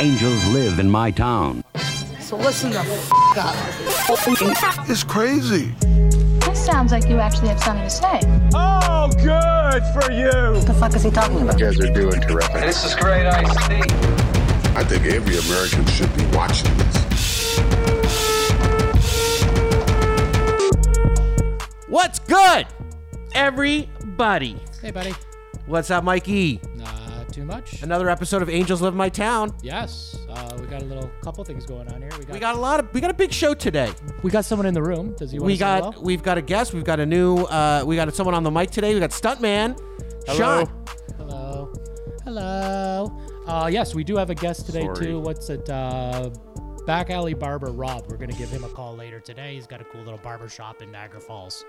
Angels live in my town. So listen the f- up. It's crazy. This sounds like you actually have something to say. Oh, good for you. What the fuck is he talking about? You guys are doing terrific. This is great, I see. I think every American should be watching this. What's good, everybody? Hey, buddy. What's up, Mikey? Not Uh, too much. Another episode of Angels Live in My Town. Yes, uh, we got a little couple things going on here. We got We got a lot of we got a big show today. we got someone in the room. Does he? Want We to say got hello? we've got a guest. We've got a new uh, we got someone on the mic today. We got stuntman. Hello. Sean. hello, hello. Uh, yes, we do have a guest today Sorry. too. What's it? Uh, Back alley barber Rob. We're gonna give him a call later today. He's got a cool little barber shop in Niagara Falls.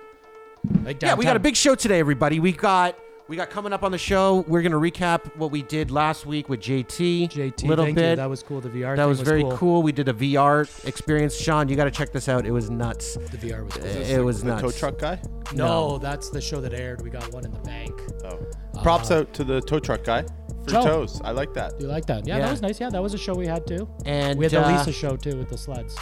Like Yeah, we got a downtown. big show today, everybody. We got we got coming up on the show. We're gonna recap what we did last week with JT. JT. little thank you. bit. That was cool. The VR. That thing was very cool. We did a VR experience. Sean, you got to check this out. It was nuts. The VR was cool. It was The nuts. tow truck guy? no, that's the show that aired. We got one in the bank. Oh. Props out to the tow truck guy for Uh, Joe. toes. I like that. Do you like that? Yeah, Yeah. that was nice. Yeah, that was a show we had too. And we had the uh, Lisa show too with the sleds.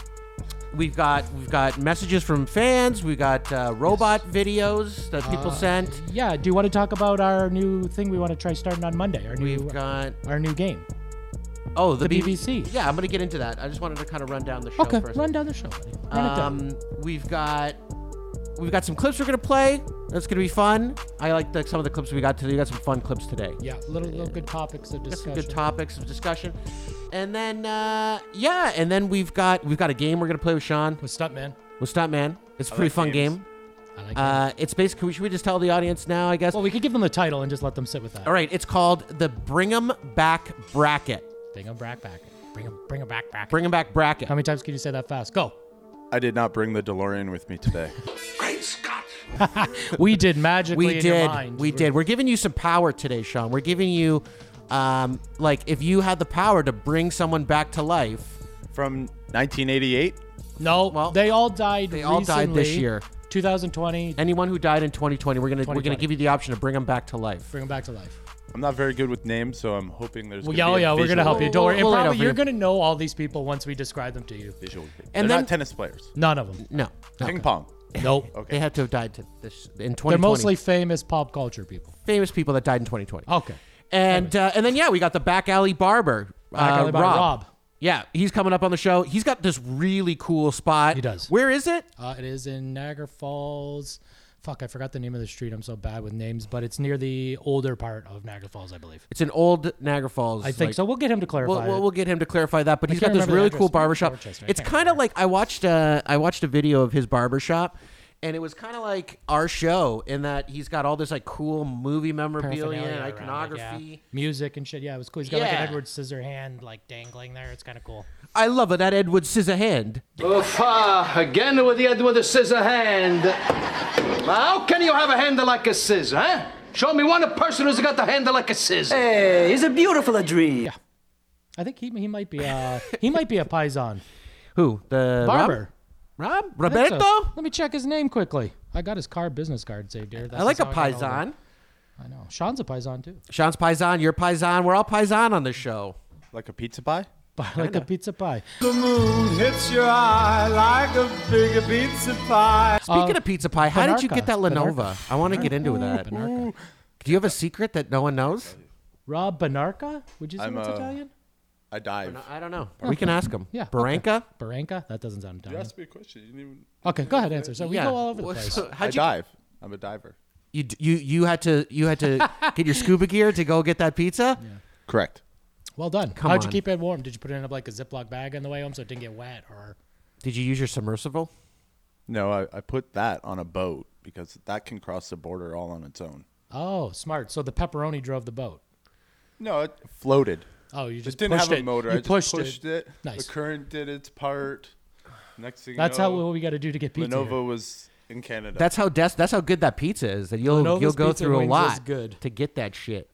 We've got we've got messages from fans. We got uh, robot videos that people Uh, sent. Yeah. Do you want to talk about our new thing we want to try starting on Monday? Our new We've got our new game. oh the, uh, the B- BBC. Yeah, I'm gonna get into that. I just wanted to kind of run down the show okay. first. Run down the show. Buddy. Run it down. Um, we've got we've got some clips we're gonna play. That's gonna be fun. I like the, some of the clips we got today. We got some fun clips today. Yeah. Little little good topics of Got some discussion. good topics of discussion, and then uh, yeah, and then we've got we've got a game we're gonna play with Sean. What's up, man? What's up, man? It's a pretty like fun games. game. I like. that. Uh, it's basically should we just tell the audience now? I guess. well, we could give them the title and just let them sit with that. All right, it's called the Bring 'em Back Bracket. Bring them back back. Bring them bring them back back. Bring 'em Back Bracket. How many times can you say that fast? Go. I did not bring the DeLorean with me today. Great Scott. We did magically. we in your did. mind. We We're- did. We're giving you some power today, Sean. We're giving you, um, like, if you had the power to bring someone back to life, From 1988? No, Well, they all died. they all died this recently. year. 2020. anyone who died in 2020, we're gonna we're gonna 2020. give you the option to bring them back to life. Bring them back to life. I'm not very good with names, so I'm hoping there's. Well, gonna yeah, be oh, a yeah, we're gonna visual- help you. Don't worry. And We'll light probably up you're here. gonna know all these people once we describe them to you. Visual. They're And then- not tennis players. None of them. No, no. Ping pong. Nope. Okay. they had to have died to this in 2020. They're mostly famous pop culture people. famous people that died in 2020. Okay. And uh, and then yeah, we got the back alley barber, Back uh, Alley Barber, Rob. Rob. Yeah, he's coming up on the show. He's got this really cool spot. He does. Where is it? Uh, it is in Niagara Falls. Fuck, I forgot the name of the street. I'm so bad with names, but it's near the older part of Niagara Falls, I believe. It's in old Niagara Falls. I think like- so. We'll get him to clarify. We'll, we'll, it. we'll get him to clarify that, but he's got can't this remember the really cool address. barbershop. Dorchester. I It's can't kind of like I watched uh, I watched a video of his barbershop, and it was kind of like our show in that he's got all this like cool movie memorabilia Paraphernalia and around it, iconography. yeah. music and shit. Yeah, it was cool. He's got like Yeah. an Edward Scissorhand like dangling there. It's kind of cool. I love it. That Edward Scissorhand. Oof, ah, again with the end with a scissor hand. How can you have a handle like a scissor, huh? Show me one person who's got the handle like a scissor. Hey, it's a beautiful dream. I think he, he might be uh he might be a Paisan Who the Rob- barber. Rob, I think Roberto. so. Let me check his name quickly. I got his car business card saved here. I like a paisan. I know. Sean's a paisan too. Sean's paisan. You're paisan. We're all paisan on this show. Like a pizza pie? But like a pizza pie. The moon hits your eye like a big pizza pie. Speaking of pizza pie, how did you Benarca. get that Benarca. Lenovo? I want to get into that. Do you have a secret that no one knows? Rob Banarca? Would you say I'm, that's uh, Italian? I dive. I don't know. We can ask him. Yeah, okay. Baranka. Baranca? That doesn't sound Italian. me a question. You didn't even... Okay, go ahead, answer. So we go all over the Well, place. so I how'd you, dive. I'm a diver. you d- you you had to you had to get your scuba gear to go get that pizza? Correct. Well done. Come How'd on. you keep it warm? Did you put it in like a Ziploc bag on the way home so it didn't get wet? Or Did you use your submersible? No, I, I put that on a boat because that can cross the border all on its own. oh, smart. So the pepperoni drove the boat. No, it floated. Oh, you just it didn't pushed have it. a motor. You I just pushed pushed, it. it. Nice. The current did its part. Next thing That's you how know, what we got to do to get pizza. here. Lenovo was in Canada. That's how des- that's how good that pizza is. That you'll Lenovo's you'll go pizza through a wings is lot good. to get that shit.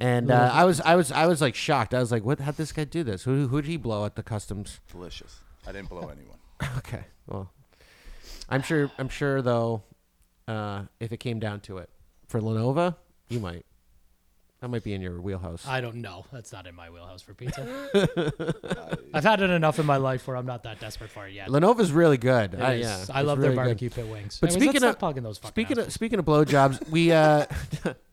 And uh, I was I was I was like shocked. I was like, what? How'd this guy do this? Who who did he blow at the customs? delicious. I didn't blow anyone. Okay. Well, I'm sure. I'm sure though, uh, if it came down to it, for Lenovo, you might. That might be in your wheelhouse. I don't know. That's not in my wheelhouse for pizza. I've had it enough in my life where I'm not that desperate for it yet. Lenova's really good. It I, is. yeah, I it's love their really good. barbecue pit wings. But Anyways, speaking let's stop of plugging those fucking speaking assholes. of speaking of blowjobs, we uh,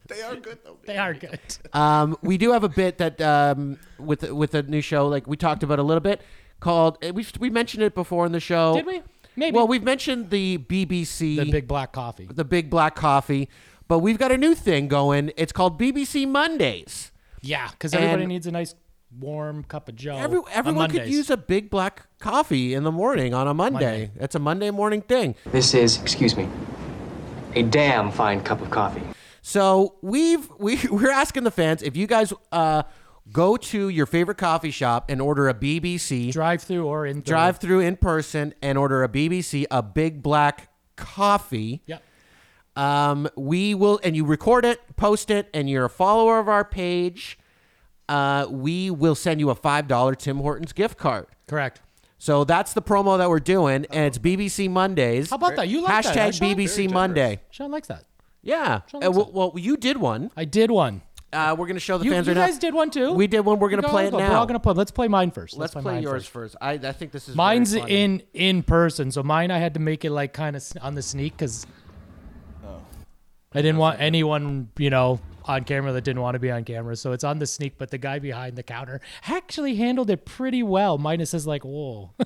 They are good though. they are good. um, we do have a bit that um, with with a new show like we talked about a little bit called we we mentioned it before in the show. Did we? Maybe. Well, we've mentioned the BBC the big black coffee. the big black coffee, but we've got a new thing going. It's called BBC Mondays. Yeah, because everybody And- needs a nice warm cup of Joe. Every, Oh, on everyone could Mondays. use a big black coffee in the morning on a Monday. Monday. That's a Monday morning thing. This is, excuse me, a damn fine cup of coffee. So we've we, we're asking the fans if you guys uh, go to your favorite coffee shop and order a BBC drive through or in drive through in person and order a BBC a big black coffee. Yep. Um, we will, and you record it, post it, and you're a follower of our page. Uh, we will send you a five dollar Tim Hortons gift card. Correct. So that's the promo that we're doing, and it's BBC Mondays. Oh. How about that? You like hashtag that, huh, Sean? Very BBC Monday? Sean likes that. Yeah. Sean Uh, likes well, well, you did one. I did one. Uh, we're gonna show the You, fans you right now. guys did one too. We did one. We're You gonna guys play it both- now. We're all gonna play. Let's play mine first. Let's play, mine yours first. first. I, I think this is. very Mine's funny. in in person, so mine I had to make it like kind of on the sneak because Oh. I didn't want anyone you know on camera that didn't want to be on camera. So it's on the sneak, but the guy behind the counter actually handled it pretty well. Minus is like, whoa,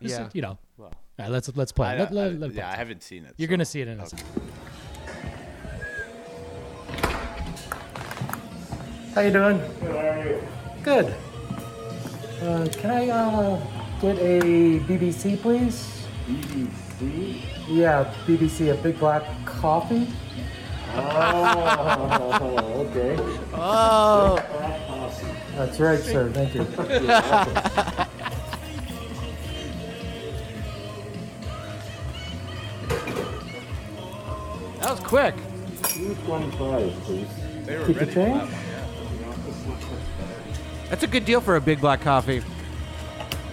This is, Yeah. you know. All right, let's let's play. I, Let- let- I- let it yeah, play. I haven't seen it. You're so- gonna see it in a second. How you doing? Good. Uh, can I uh, get a BBC, please? BBC. Yeah, BBC, a big black coffee. Oh, okay. Oh. That's right, sir. Thank you. That was quick. They were ready. for that one. That's a good deal for a big black coffee.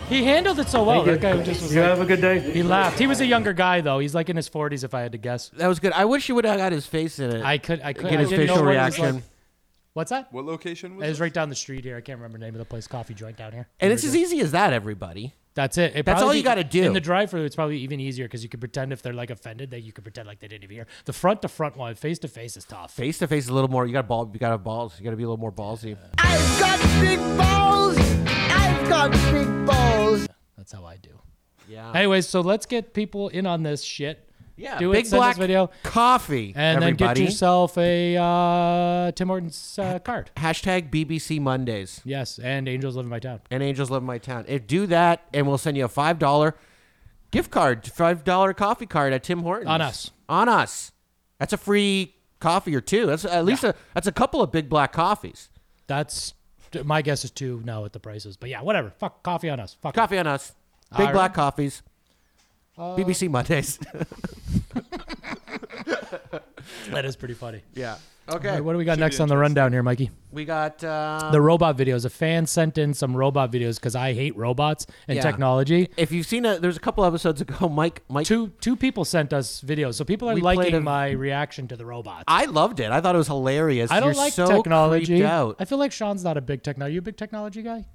He handled it so well. That guy just was you have a good day. He laughed. He was a younger guy though. He's like in his 40s, if I had to guess. That was good. I wish you would have got his face in it. I could. I could. get I his didn't know facial what it was like. reaction. What's that? What location was It it? was right down the street here. I can't remember the name of the place. Coffee joint down here. And We it's were as just- easy as that, everybody. That's it. It that's probably all you be- gotta do. In the drive-through, it's probably even easier because you can pretend if they're like offended that you can pretend like they didn't even hear. The front-to-front one, face-to-face, is tough. Face to face is a little more. You got to ball. You got to have balls. You got to be a little more ballsy. I've got big balls. I've got big balls. That's how I do. Yeah. Anyways, so let's get people in on this shit. yeah. do it, big send us black video. coffee. And then everybody. get yourself a uh, Tim Hortons uh, card. hashtag BBC Mondays Yes, and Angels Live in My Town. and Angels Love My Town. If do that, and we'll send you a five dollar gift card, five dollar coffee card at Tim Hortons On us. On us. That's a free coffee or two. That's at least a that's a couple of big black coffees. That's my guess is two now at the prices, but yeah, whatever. Fuck coffee on us. Fuck. Coffee on us. Big All right. black Uh, coffees. BBC Mondays. That is pretty funny. yeah. All Okay. right, what do we got next on the rundown here, Mikey? we got uh, The robot videos. A fan sent in some robot videos because I hate robots and Yeah. technology. if you've seen it, there's a couple episodes ago. Mike, Mike, Two two people sent us videos, so people are We played liking a- my reaction to the robots. I, I loved it. I thought it was hilarious. don't You're like so technology. creeped Out. I feel like Sean's not a big technology. You a big technology guy?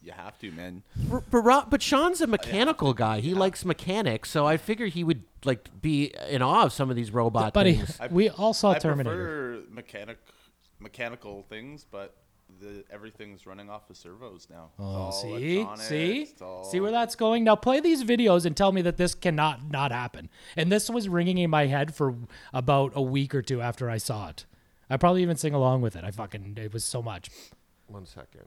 You have to, man. R- But, Ro- but Sean's a mechanical guy. He likes mechanics, so I figure he would like be in awe of some of these robot Buddy, things. we all saw I Terminator. prefer mechanic, mechanical things, but the everything's running off of servos now. It's all Oh, See, electronic, see, it's all- see where that's going. Now play these videos and tell me that this cannot not happen. And this was ringing in my head for about a week or two after I saw it. I probably even sing along with it. I fucking it was so much. One second.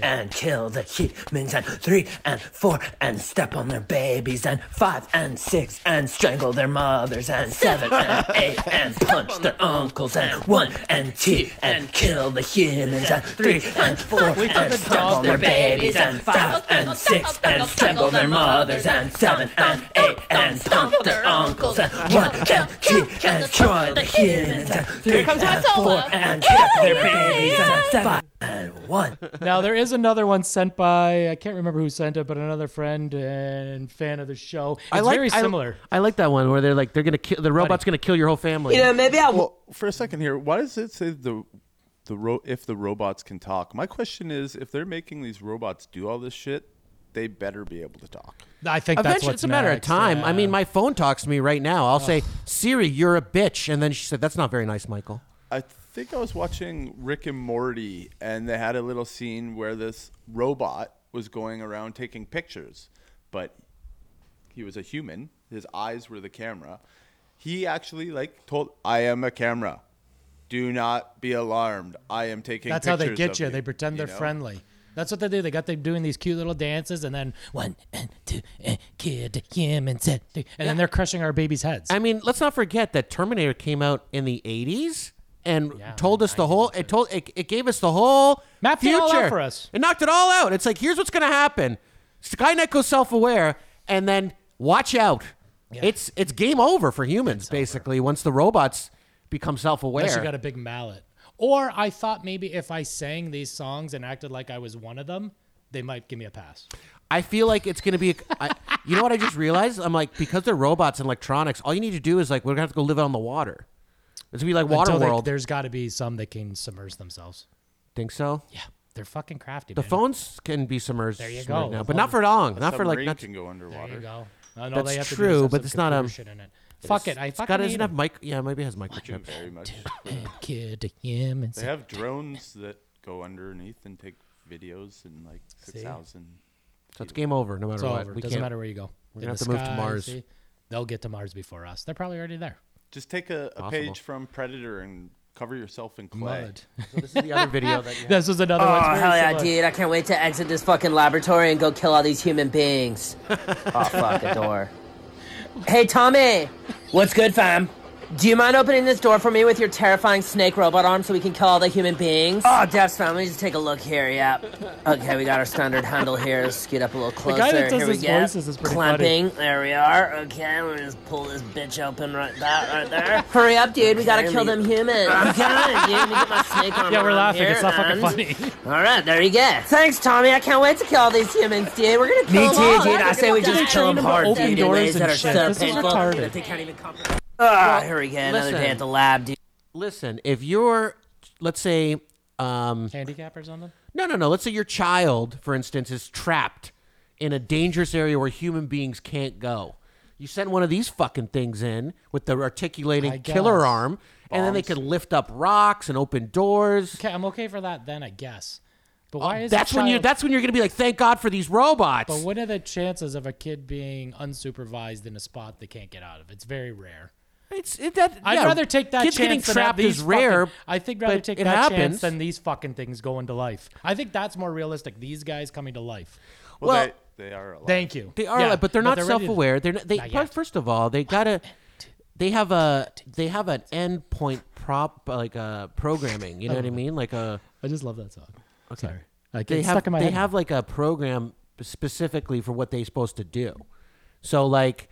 and kill the cheatmans and three and four and step on their babies and five and six and strangle their mothers and seven and eight and punch their uncles and one and two and kill the humans and three and four and step on their babies and five and six and strangle their mothers and seven and eight and punch their uncles and one and two and destroy the humans and three and four and kill their babies and seven and one. now there is another one sent by I can't remember who sent it, but another friend and fan of the show. It's I like very I- similar. I, like that one where they're like they're gonna kill the robot's gonna kill your whole family. maybe I Well, Oh, for a second here, why does it say the the ro- if the robots can talk? My question is, if they're making these robots do all this shit, they better be able to talk. I think that's Eventually, what's it's a matter next, of time. I yeah. mean, my phone talks to me right now. I'll say, "Siri, you're a bitch," and then she said, "That's not very nice, Michael." I think I was watching Rick and Morty, and they had a little scene where this robot was going around taking pictures, but he was a human. His eyes were the camera. He actually like told, "I am a camera. Do not be alarmed. I am taking." that's how they pictures get of you. They pretend they're know? friendly. That's what they do. They got them doing these cute little dances, and then one and two and kid him and set, and then they're crushing our babies' heads. I mean, let's not forget that Terminator came out in the '80s and told us the whole. It told it, it gave us the whole Mapped it future. all out for us. It knocked it all out. It's like here's what's gonna happen. Skynet goes self-aware, and then watch out. It's it's game over for humans basically once the robots become self-aware. Unless you got a big mallet. Or I thought maybe if I sang these songs and acted like I was one of them, they might give me a pass. I feel like it's going to be. I, you know what I just realized? I'm like because they're robots and electronics. All you need to do is like we're gonna have to go live on the water. It's gonna be like Until they- Waterworld. there's got to be some that can submerge themselves. Think so? Yeah, they're fucking crafty. The man. phones can be submerged There you right go. now, but not for long. Not for like Submarine not. can go underwater. There you go. And all That's they have to do true, is have but some it's not, um, computer shit in it. Fuck it. I It's fucking got hate doesn't have them. mic. Yeah, maybe it has microchips. Very much. kid him and They have drones that go underneath and take videos in like six thousand. So it's game over no matter It's what. over. We Doesn't can't- matter where you go. we're In the gonna have to move to sky, Mars. see? They'll get to Mars before us. They're probably already there. Just take a, a Possible. page from Predator and cover yourself in clay. Mud. So this is the other video that you This was another one. Oh, hell yeah, dude. I can't wait to exit this fucking laboratory and go kill all these human beings. oh, fuck, a door. Hey, Tommy. What's good, fam? Do you mind opening this door for me with your terrifying snake robot arm so we can kill all the human beings? Oh, Death's fam, let me just take a look here, yep. Okay, we got our standard handle here. Let's scoot up a little closer. guy that does here we his go. voices is pretty funny. Clamping. There we are. Okay, let me just pull this bitch open right that right there. Hurry up, dude. We gotta kill them humans. Okay, dude. Let me get my snake arm Yeah, we're around laughing. here It's not fucking and- funny. all right, there you go. Thanks, Tommy. I can't wait to kill all these humans, dude. We're gonna kill Me them too, all. dude. I say we just They're kill training them to hard, open dude, in doors ways that and are shit. so This is painful retarded. that they Ah, here we go. Another listen. day at the lab, dude. listen. If you're, let's say, um, Handicap or something? No, no, no. Let's say your child, for instance, is trapped in a dangerous area where human beings can't go. You send one of these fucking things in with the articulating I killer guess. arm, and then they can lift up rocks and open doors. Okay, I'm okay for that then, I guess. But why is Oh, that's a when you. child- That's when you're gonna be like, thank God for these robots. But what are the chances of a kid being unsupervised in a spot they can't get out of? It's very rare. it's it, that. I'd yeah, rather take that Kids chance getting than trapped have these is rare. fucking- I think rather but take it that happens. chance than these fucking things going to life. I think that's more realistic. These guys coming to life. Well, Well- they, they are alive. Thank you. They are, Yeah, like- but they're not ready to- self-aware. They're not, they Not but yet. first of all, they gotta. They have a they have an endpoint prop like a programming. You know Oh. what I mean? Like a I just love that song. Okay. Sorry. Like, they it's have stuck in my they head. have like a program specifically for what they're supposed to do. So like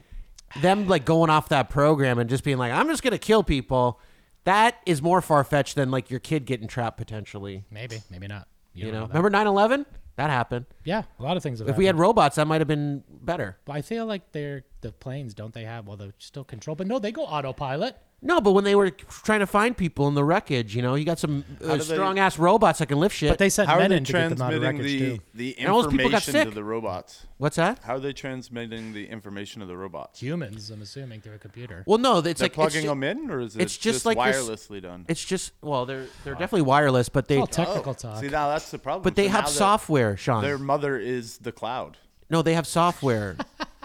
them like going off that program and just being like, I'm just gonna kill people. That is more far fetched than like your kid getting trapped potentially. maybe, maybe not. You, don't know, that. remember 9/11? That happened. Yeah, a lot of things. Have If we had robots, that might have been better. But I feel like they're the planes don't they have? Well, they're still controlled, but no, they go autopilot. No, but when they were trying to find people in the wreckage, you know, you got some uh, do they- strong ass robots that can lift shit. But they sent How are men they in to get them out of transmitting wreckage the, too. the And all those people got information to sick. the robots? What's that? How are they transmitting the information to the robots? Humans, I'm assuming, through a computer. Well, no, it's They're like plugging it's ju- them in, or is it it's just just like your s- wirelessly done? It's just well, they're they're definitely wireless, but they Oh, All technical talk. See, now that's the problem. but they So now have that software, Sean. Their mother is the cloud. No, they have software.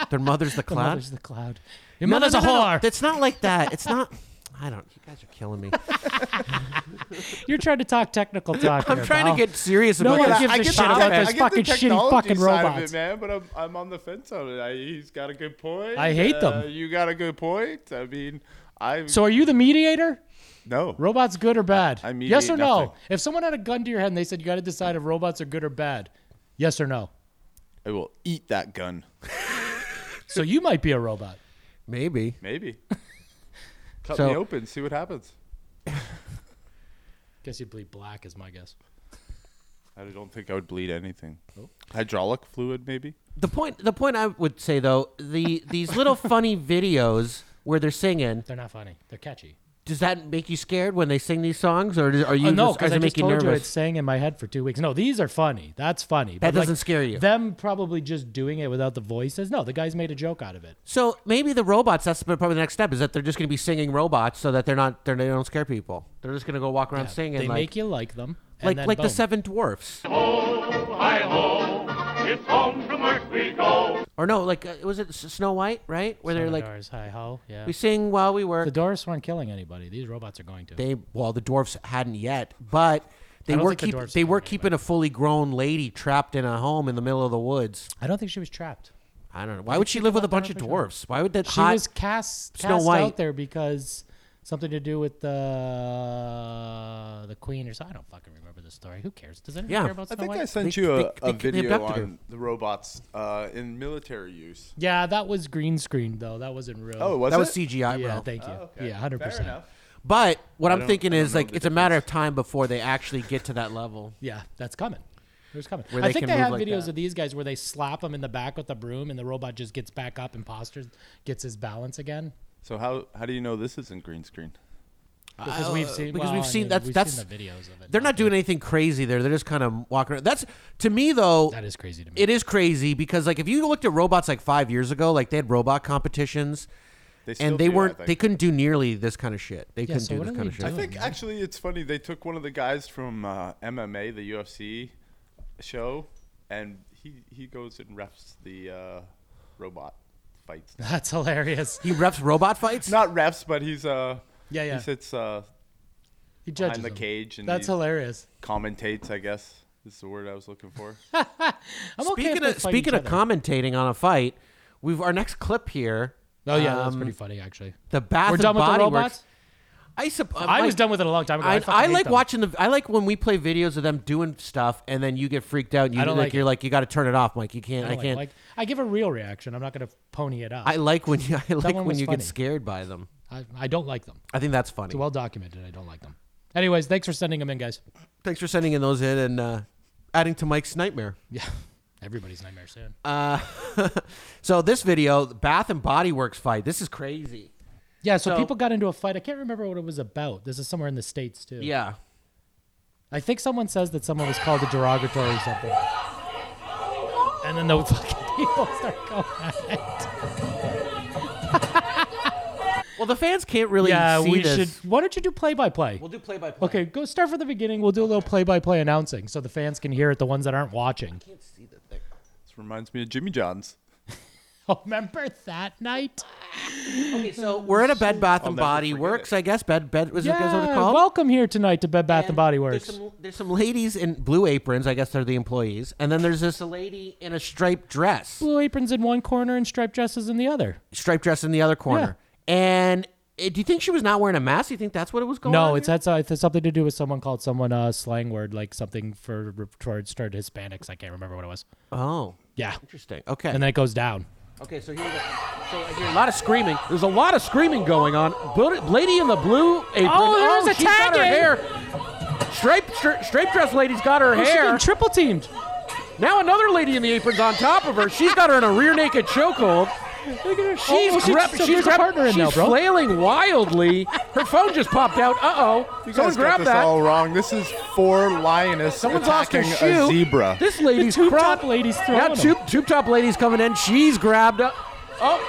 Their mother's the The cloud. mother's the cloud. Your No, no, mother's no, no, a no. whore. It's not like that. It's not. I don't. You guys are killing me. You're trying to talk technical talk. I'm here, trying to pal. get serious No about one this. gives I a get shit the tech- about I those get the fucking shitty technology fucking side of it, robots. man. But I'm, I'm on the fence on it. I, he's got a good point. I hate Uh, them. You got a good point. I mean, I So, are you the mediator? no. Robots good or bad? I mediate yes or no? nothing. If someone had a gun to your head and they said you got to decide if robots are good or bad, yes or no? I will eat that gun. So you might be a robot. Maybe. Maybe. Cut So- me open. See what happens. Guess you'd bleed black, is my guess. I don't think I would bleed anything. Hydraulic fluid, maybe. The point the point I would say though, the these little funny videos where they're singing, They're not funny. They're catchy. does that make you scared when they sing these songs or does- are you oh, no, just, does because it I make just you told you nervous? it sang in my head for two weeks. No, these are funny. That's funny. That like, doesn't scare you. Them probably just doing it without the voices. No, the guys made a joke out of it. so maybe the robots that's probably the next step is that they're just going to be singing robots so that they're not they're, they don't scare people. They're just going to go walk around singing they like make you like them. and like then like the boom. seven dwarfs. Hi ho, it's home from work we go. Or no, like uh, was it S- Snow White, right? Where they're Seven like Doors, hi ho. Yeah. we sing while we work. The Doris weren't killing anybody. These robots are going to. they well the dwarfs hadn't yet but they I don't were think the keep, dwarfs they had were keeping a fully grown lady trapped in a home in the middle of the woods I don't think she was trapped. i don't know why would she live with a bunch of dwarfs why would that She hot- was cast, Snow cast White. out there because something to do with the the queen or something. I don't fucking remember the story. Who cares? Does anyone Yeah. care about I Snow think White? I sent They- you a, they- a they- they video abducted her. on the robots uh, in military use. yeah, that was green screen though. That wasn't real. Oh, was that it? was cgi yeah. bro Thank you. Okay. Yeah, hundred Fair percent. enough. but what i'm don't- thinking I don't is know like the it's a matter of difference. time before they actually get to that level Yeah, that's coming. There's coming. Where I they think can they move have like videos that. of these guys where they slap him in the back with the broom, and the robot just gets back up and postures, gets his balance again. So how how do you know this isn't green screen? Because we've seen. Oh, because well, we've I seen mean, that's we've that's seen the videos of it. they're not doing anything crazy there they're just kind of walking around that's to me though That is crazy to me. it is crazy because like if you looked at robots like five years ago like they had robot competitions They still and they do, I weren't think. they couldn't do nearly this kind of shit they couldn't so do what this are kind they of shit I doing? think man. actually it's funny. They took one of the guys from uh, MMA, the UFC show, and he he goes and refs the uh, robot fights. That's hilarious. He refs robot fights. Not refs, but he's uh Yeah, yeah. he sits uh, He judges behind the them. cage and That's he hilarious. commentates. I guess is the word I was looking for. I'm okay if speaking they of fight speaking each of other. commentating on a fight, we've our next clip here. Oh yeah, that's um, pretty funny actually. The Bath We're and done with the Body robots. Works. I suppose I was done with it a long time ago. I, I, fucking I hate like them. watching the. I like when we play videos of them doing stuff, and then you get freaked out. And you I don't like you're it. like you got to turn it off, Mike. You I, can't. I, don't like- can't. Like, I give a real reaction. I'm not gonna pony it up. I I, like when you. I like one when was you funny. get scared by them. I, don't like them. I think that's funny. It's well documented. I don't like them. Anyways, thanks for sending them in, guys. Thanks for sending in those in and uh, adding to Mike's nightmare. Yeah, everybody's nightmare soon. Uh, So this video, Bath and Body Works fight. This is crazy. yeah, so, so- people got into a fight. I can't remember what it was about. This is somewhere in the states too. Yeah. I think someone says that someone was called a derogatory or something. And then the fucking people start going at it. Well, the fans can't really. Yeah, see we this. should. Why don't you do play by play? We'll do play by play. Okay, go start from the beginning. We'll do a little play by play announcing so the fans can hear it, the ones that aren't watching. This reminds me of Jimmy John's. Oh, remember that night? Okay, so we're at a Bed Bath and never Body forget Works, it. I guess. Bed Bed was it, is what it's Yeah, called? welcome here tonight to Bed Bath and, And Body Works. There's some, there's some ladies in blue aprons. I guess they're the employees, and then there's this lady in a striped dress, Blue aprons in one corner and striped dresses in the other. striped dress in the other corner. And eh, do you think she was not wearing a mask? Do you think that's what it was going? on No, it's here? that's uh, it's something to do with someone called someone a slang word like something for towards toward Hispanics. I can't remember what it was. oh, Yeah, interesting. Okay, and then it goes down. okay. So here we go. So I hear a lot of screaming. There's a lot of screaming going on. Bl- Lady in the blue apron. Oh, there's a she's got her tagging. hair. Striped, stri- striped dress lady's got her Oh, she hair. got triple teamed. Now another lady in the apron's on top of her. She's got her in a rear naked chokehold. Look at her. She's oh, grab- so she's there's grab- a partner in she's now, bro. flailing wildly. Her phone just popped out. Uh oh. You Someone guys got grab this that. all wrong. This is four lioness Someone's lost her attacking shoe. a zebra. This lady's tube crop. top lady's throwing Now them. tube, tube top lady's coming in. She's grabbed up. Oh,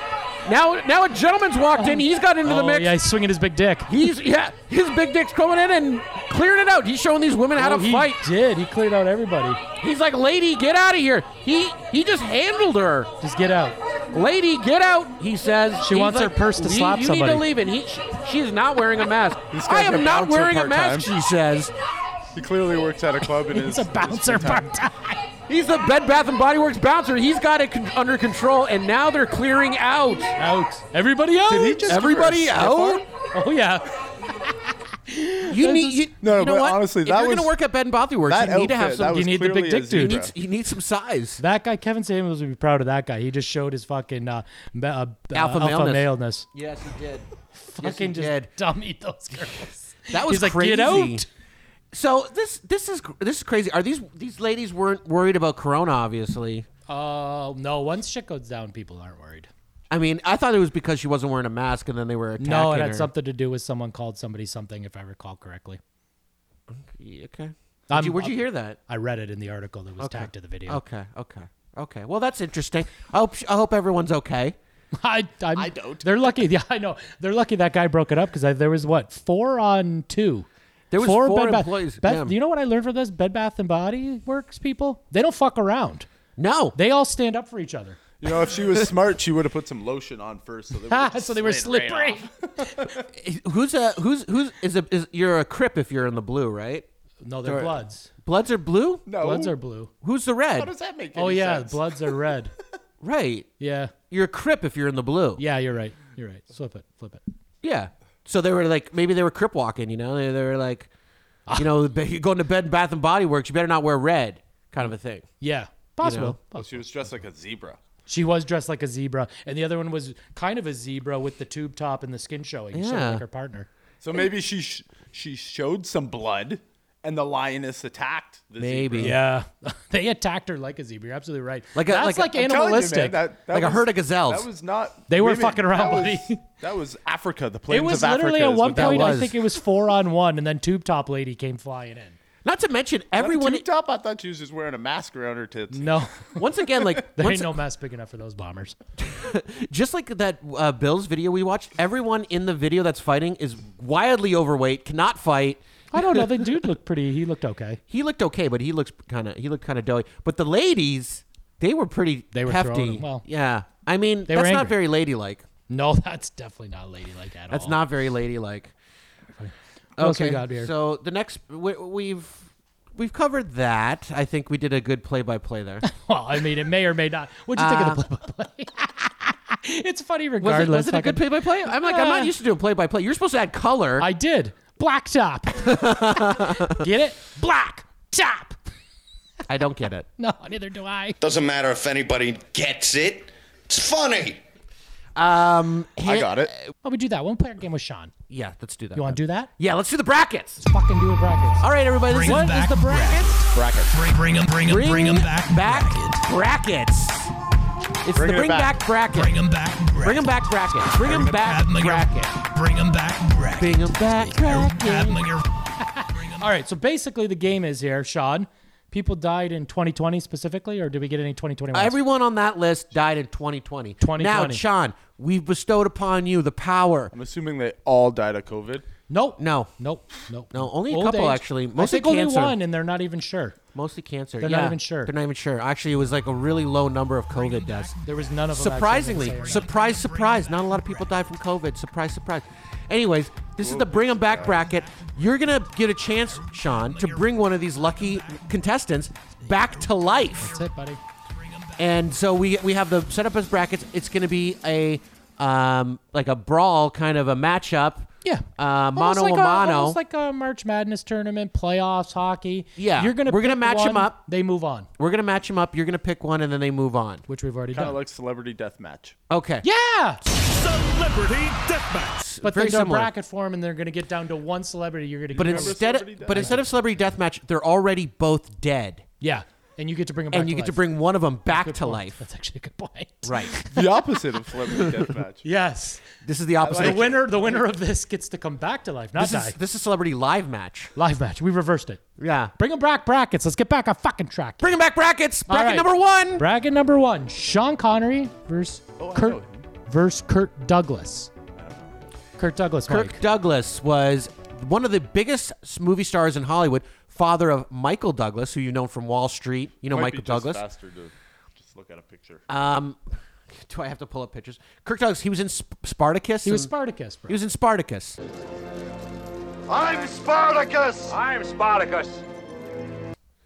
now now a gentleman's walked in. He's got into the Oh, mix. yeah, he's swinging his big dick. He's yeah. His big dick's coming in and clearing it out. He's showing these women how Oh, to he fight. did. He cleared out everybody. He's like, lady, get out of here. He he just handled her. Just get out. Lady, get out! He says. She He's wants her purse to "You- slap you somebody." need to leave, and he, she, she's not wearing a mask. This I guy's am a not bouncer wearing a part-time. mask. She says. He clearly works at a club and is It's a bouncer part time. He's the Bed Bath and Body Works bouncer. He's got it con- under control, and now they're clearing out. Out. Everybody out. Did he just Everybody give her a out. stiff Oh yeah. You need. You, No, you know but what? honestly, if that you're gonna was- work at Bed and Body Works, That you need to have outfit, that some. was need the big clearly a dick dude. You zebra. need, you need some size. That guy, Kevin Samuels, would be proud of that guy. He just showed his fucking uh, ma- uh, uh, Alpha maleness. maleness. Yes, he did. Fucking he just did. dummy those girls. That was He's like, crazy. "Get out." So this this is this is crazy. Are these these ladies weren't worried about corona? Obviously, Uh, no. Once shit goes down, people aren't worried. I mean, I thought it was because she wasn't wearing a mask, and then they were attacking no, it her. had something to do with someone called somebody something, if I recall correctly. Okay. I'm- Where'd you, where'd you hear that? I read it in the article that was tagged to the video. Okay, okay, okay. Well, that's interesting. I hope I hope everyone's okay. I I'm, I do not They're lucky. Yeah, I know. They're lucky that guy broke it up because there was what four on two. There was four Bed Bath- employees, Beth, yeah. You know what I learned from this? Bed Bath and Body Works people, they don't fuck around. No, they all stand up for each other. You know, if she was smart, she would have put some lotion on first, so they, would've just so they were slid right slippery. off. Who's a who's who's is a is you're a crip if you're in the blue, right? No, they're Or- Bloods. Bloods are blue. No. Bloods are blue. Who's the red? How does that make? Oh any yeah, sense? Bloods are red. Right. Yeah. You're a crip if you're in the blue. Yeah, you're right. You're right. Flip it. Flip it. Yeah. So they were like, maybe they were crip walking. You know, they, they were like, you know, you're going to Bed Bath and Body Works. You better not wear red, kind of a thing. Yeah, possible. know? Oh, she was dressed like a zebra. She was dressed like a zebra, and the other one was kind of a zebra with the tube top and the skin showing. Yeah. Yeah. like her partner. So maybe she sh- she showed some blood, and the lioness attacked the Maybe. zebra. Yeah, they attacked her like a zebra. You're absolutely right. Like a- that's like like, a- I'm telling you, animalistic. Man, that, that Like a was- herd of gazelles. That was not. They were maybe- fucking around, that buddy. was- that was Africa. The plains it was of Africa. literally at is one what that point. I was. think it was four on one, and then tube top lady came flying in. Not to mention Everyone everyone. tube top. I thought she was just wearing a mask around her tits. No, Once again, like there once, ain't no mess big enough for those bombers. just like that uh, Bill's video we watched. Everyone in the video that's fighting is wildly overweight, cannot fight. I don't know. The dude looked pretty. He looked okay. He looked okay, but he looks kind of he looked kind of doughy. But the ladies, they were pretty They were hefty. throwing them. Well, yeah, I mean they were that's not angry. very ladylike. No, that's definitely not ladylike at That's all. not very ladylike. What else we got here? So the next we, we've we've covered that. I think we did a good play-by-play there. Well, I mean, it may or may not. What'd you think of the play-by-play? it's funny Uh, Was it, regardless. was it a good fucking- play-by-play? I'm like I'm Uh, not used to doing play-by-play. You're supposed to add color. I did. Black top. Get it? Black top. I don't get it. No, neither do I. Doesn't matter if anybody gets it. It's funny. Um, I got it. Why we do that? One player game with Sean. Yeah, let's do that. You want to do that? Yeah, let's do the brackets. Fucking do a brackets. All right, everybody. This Bring what is back the brackets? Bring, bring them, bring them, bring them back. brackets. It's Bring the it bring back, back. bracket. Bring 'em back Bring 'em back bracket. Bring 'em back bracket. Bring them back. Bracket. Bring 'em back bracket. Uh, All right. So basically, the game is here, Sean. People died in 2020 specifically, or did we get any 2021? Everyone on that list died in 2020. 2020. Now, Sean, we've bestowed upon you the power. I'm assuming they all died of COVID. nope. No, Nope. Nope. no, only a Old couple age. actually. I Mostly think only cancer. one, and they're not even sure. Mostly cancer. They're not yeah. even sure. They're not even sure. Actually, it was like a really low number of COVID deaths. There was none of them. actually Surprisingly, that was there. surprise, surprise. Not a lot of people died from COVID. Surprise, surprise. Anyways, this is the bring 'em back bracket. You're going to get a chance, Sean, to bring one of these lucky contestants back to life. That's it, buddy. And so we we have the set up as brackets. It's going to be a um like a brawl kind of a matchup. Yeah. Uh, Almost mono like a a, mono. almost like a March Madness tournament, playoffs, hockey. Yeah. You're gonna We're gonna pick match 'em one, up. They move on, We're going to match them up. You're going to pick one and then they move on. which we've already Kind done. of like celebrity death match. Okay. yeah. Celebrity deathmatch. But very they're similar. bracket form, and they're gonna get down to one celebrity. You're gonna. But get instead Celebrity of, but Deathmatch? instead of celebrity deathmatch, they're already both dead. yeah, and you get to bring them back And you to get to life. bring one of them back Good to point. life. That's actually a good point. Right. The opposite of celebrity death match. Yes. This is the opposite. The winner, the winner of this gets to come back to life, not this die. is this is celebrity live match. Live match. We reversed it. Yeah. Bring them back brackets. Let's get back on fucking track. Bring 'em back brackets. All Bracket right. number one. Bracket number one: Sean Connery versus Kurt versus Kurt Douglas. Kurt Douglas. Kirk Mike. Douglas was one of the biggest s- movie stars in Hollywood. Father of Michael Douglas, who you know from Wall Street. You know Might be Michael just Douglas. faster to just look at a picture. Um, do I have to pull up pictures? Kirk Douglas. He was in Sp- Spartacus. He was and- Spartacus, bro. He was in Spartacus. I'm Spartacus! I'm Spartacus!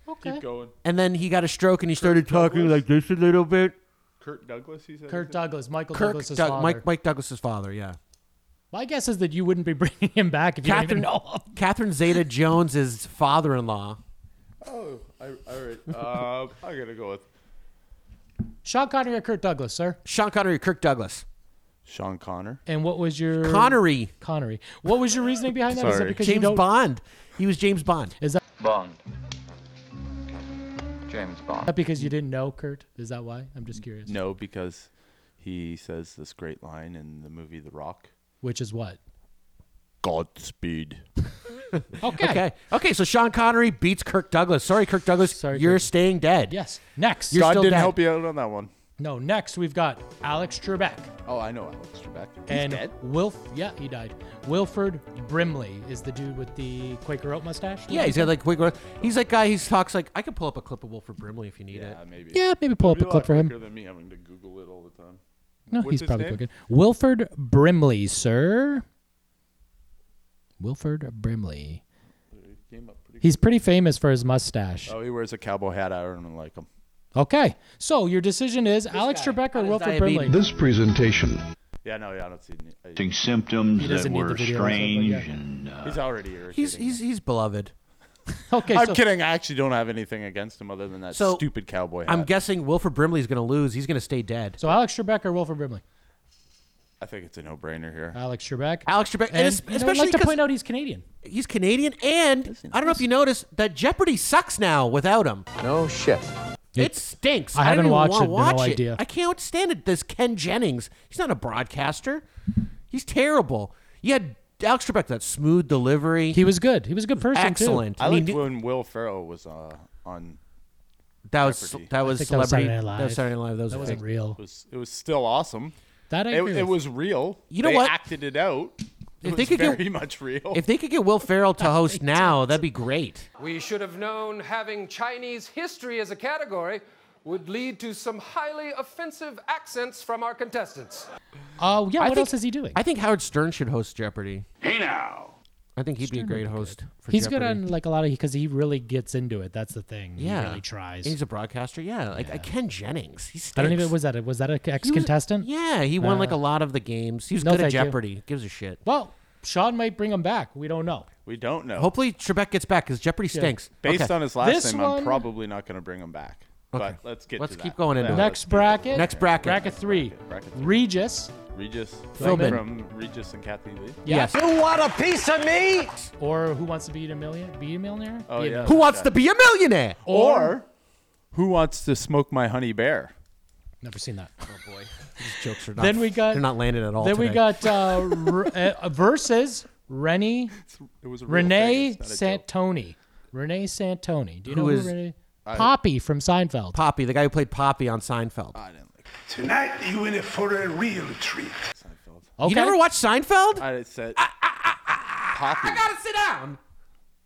okay. Keep going. And then he got a stroke and he started talking like this a little bit. Kurt Douglas. He said. Kurt Douglas, Michael Kirk Douglas's Doug- father. Mike Mike Douglas's father, yeah. My guess is that you wouldn't be bringing him back if you didn't even Catherine know him. Catherine Zeta Jones's father-in-law. Oh, I, all right. Uh, I'm gonna go with Sean Connery or Kurt Douglas, sir? Sean Connery, Kirk Douglas, Sean Connor. And what was your Connery, Connery. What was your reasoning behind that? Is that Sorry. because you James don't- Bond. He was James Bond. Is that Bond. James Bond. Not because you didn't know, Kurt. Is that why? I'm just curious. No, because he says this great line in the movie The Rock. Which is what? Godspeed. Okay. okay. Okay, so Sean Connery beats Kirk Douglas. Sorry, Kirk Douglas. Sorry, you're staying dead. Yes. Next. You're God still didn't dead. help you out on that one. No. Next, we've got Alex Trebek Oh, I know Alex Trebek. He's and dead. Wilf. Yeah, he died. Wilford Brimley is the dude with the Quaker oat mustache. Yeah, he's got like quick growth. He's like guy. He talks like I could pull up a clip of Wilford Brimley if you need it. Maybe. Yeah, maybe pull up a lot clip for him. quicker Than me having to Google it all the time. No, What's he's his probably name? cooking. Wilford Brimley, sir. Wilford Brimley. Came up pretty He's pretty famous for his mustache. Oh, he wears a cowboy hat. I don't like him. Okay, so your decision is Alex Trebek or Wilford Brimley. This presentation Yeah, no, yeah, I don't see. any- I- Think symptoms He that doesn't need the were video, so, but strange yeah. and uh, He's already irritating. He's he's he's beloved. okay, I'm so- kidding. I actually don't have anything against him other than that So, stupid cowboy hat. I'm guessing Wilford Brimley's going to lose. He's going to stay dead. So Alex Trebek or Wilford Brimley? I think it's a no-brainer here. Uh, Alex Trebek. Alex Trebek, and, And, es- you know, I'd especially like to 'cause point out he's Canadian. he's Canadian, and I don't know if you noticed that Jeopardy sucks now without him. No shit. It, stinks. I don't haven't even watched wanna it, no Watch it. idea. I can't stand it. This Ken Jennings. He's not a broadcaster. He's terrible. You had Alex Trebek, that smooth delivery. He was good. He was a good person too. Excellent. I I mean, liked when Will Ferrell was uh, on. that was Jeopardy. that I was think that was Saturday celebrity. Night That was Live. Saturday Night Live. That was That a wasn't fake. real. It was, it was still awesome. That I it, agree it with. was real. You know They what? Acted it out. It If was they could get- very much real. If they could get Will Ferrell to host now, that'd be great. We should have known having Chinese history as a category would lead to some highly offensive accents from our contestants. Oh yeah, I what think- else is he doing? I think Howard Stern should host Jeopardy. Hey now. I think he'd be a Stern great would be host. For he's Jeopardy. good on like a lot of because he really gets into it. That's the thing. Yeah, he really tries. He's a broadcaster. Yeah, like uh, Ken Jennings. He I don't even stinks. was that a, was that an ex contestant? Yeah, he won like Uh, a lot of the games. He was no, good at thank you. Jeopardy. Gives a shit. Well, Sean might bring him back. We don't know. we don't know. Hopefully, Trebek gets back because Jeopardy Yeah. stinks. Based Okay. on his last This name, one- I'm probably not going to bring him back. Okay. But let's get Let's to that. keep going into Yeah, it. let's Next do that. bracket. Next bracket. Bracket three. Bracket Regis. Regis Philbin. from Regis and Kathy Lee. Yes. You want a piece of me? Or who wants to be a millionaire? Be a millionaire? Oh, Be a yeah. Who wants to be a millionaire? Oh. Or who wants to smoke my honey bear? Never seen that. Oh boy. These jokes are not. then we got. They're not landed at all. Then we today. got uh, R- uh, versus Rennie. It was a real Renee thing, it's not a joke. Santoni. Renee Santoni. Do you know Who who is- Renee? I- Poppy from Seinfeld. Poppy, the guy who played Poppy on Seinfeld. Uh, Tonight you in it for a real treat. You never watched Seinfeld? I said. Ah, Poppy. I gotta sit down.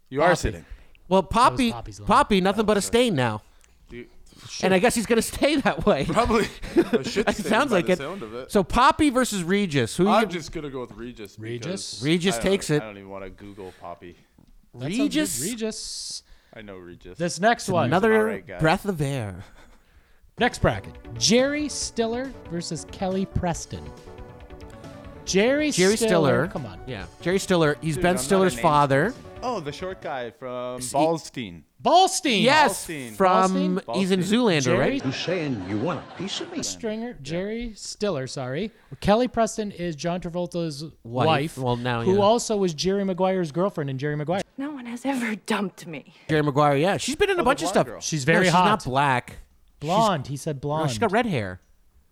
You are sitting. Well, Poppy, Poppy's line. Poppy, nothing but a stain now, You- and I guess he's gonna stay that way. Probably. A it shit stain sounds by like the it. sound of it. So Poppy versus Regis. Who? I'm you, just gonna go with Regis. Regis? because Regis I don't- takes it. I don't even want to Google Poppy. That sounds good. Regis. Regis. I know Regis. This next It's one. Another Alright, guys. breath of air. Next bracket. Jerry Stiller versus Kelly Preston. Jerry, Jerry Stiller. Come on. Yeah. Jerry Stiller. He's Dude, I'm Ben not a Stiller's name father. Oh, the short guy from Ballstein. Ballstein. Yes. Ballstein. From Ballstein? he's in Ballstein. Zoolander, Jerry- right? Who's saying you want a piece of me? Stringer. Jerry Stiller, sorry. Kelly Preston is John Travolta's Wife. wife, Well, now, who yeah. also was Jerry Maguire's girlfriend in Jerry Maguire. No one has ever dumped me. Jerry Maguire. Yeah. She's been in a Oh, bunch of stuff. She's No, very hot. She's not black. Blonde. he said No, blonde. she's got red hair.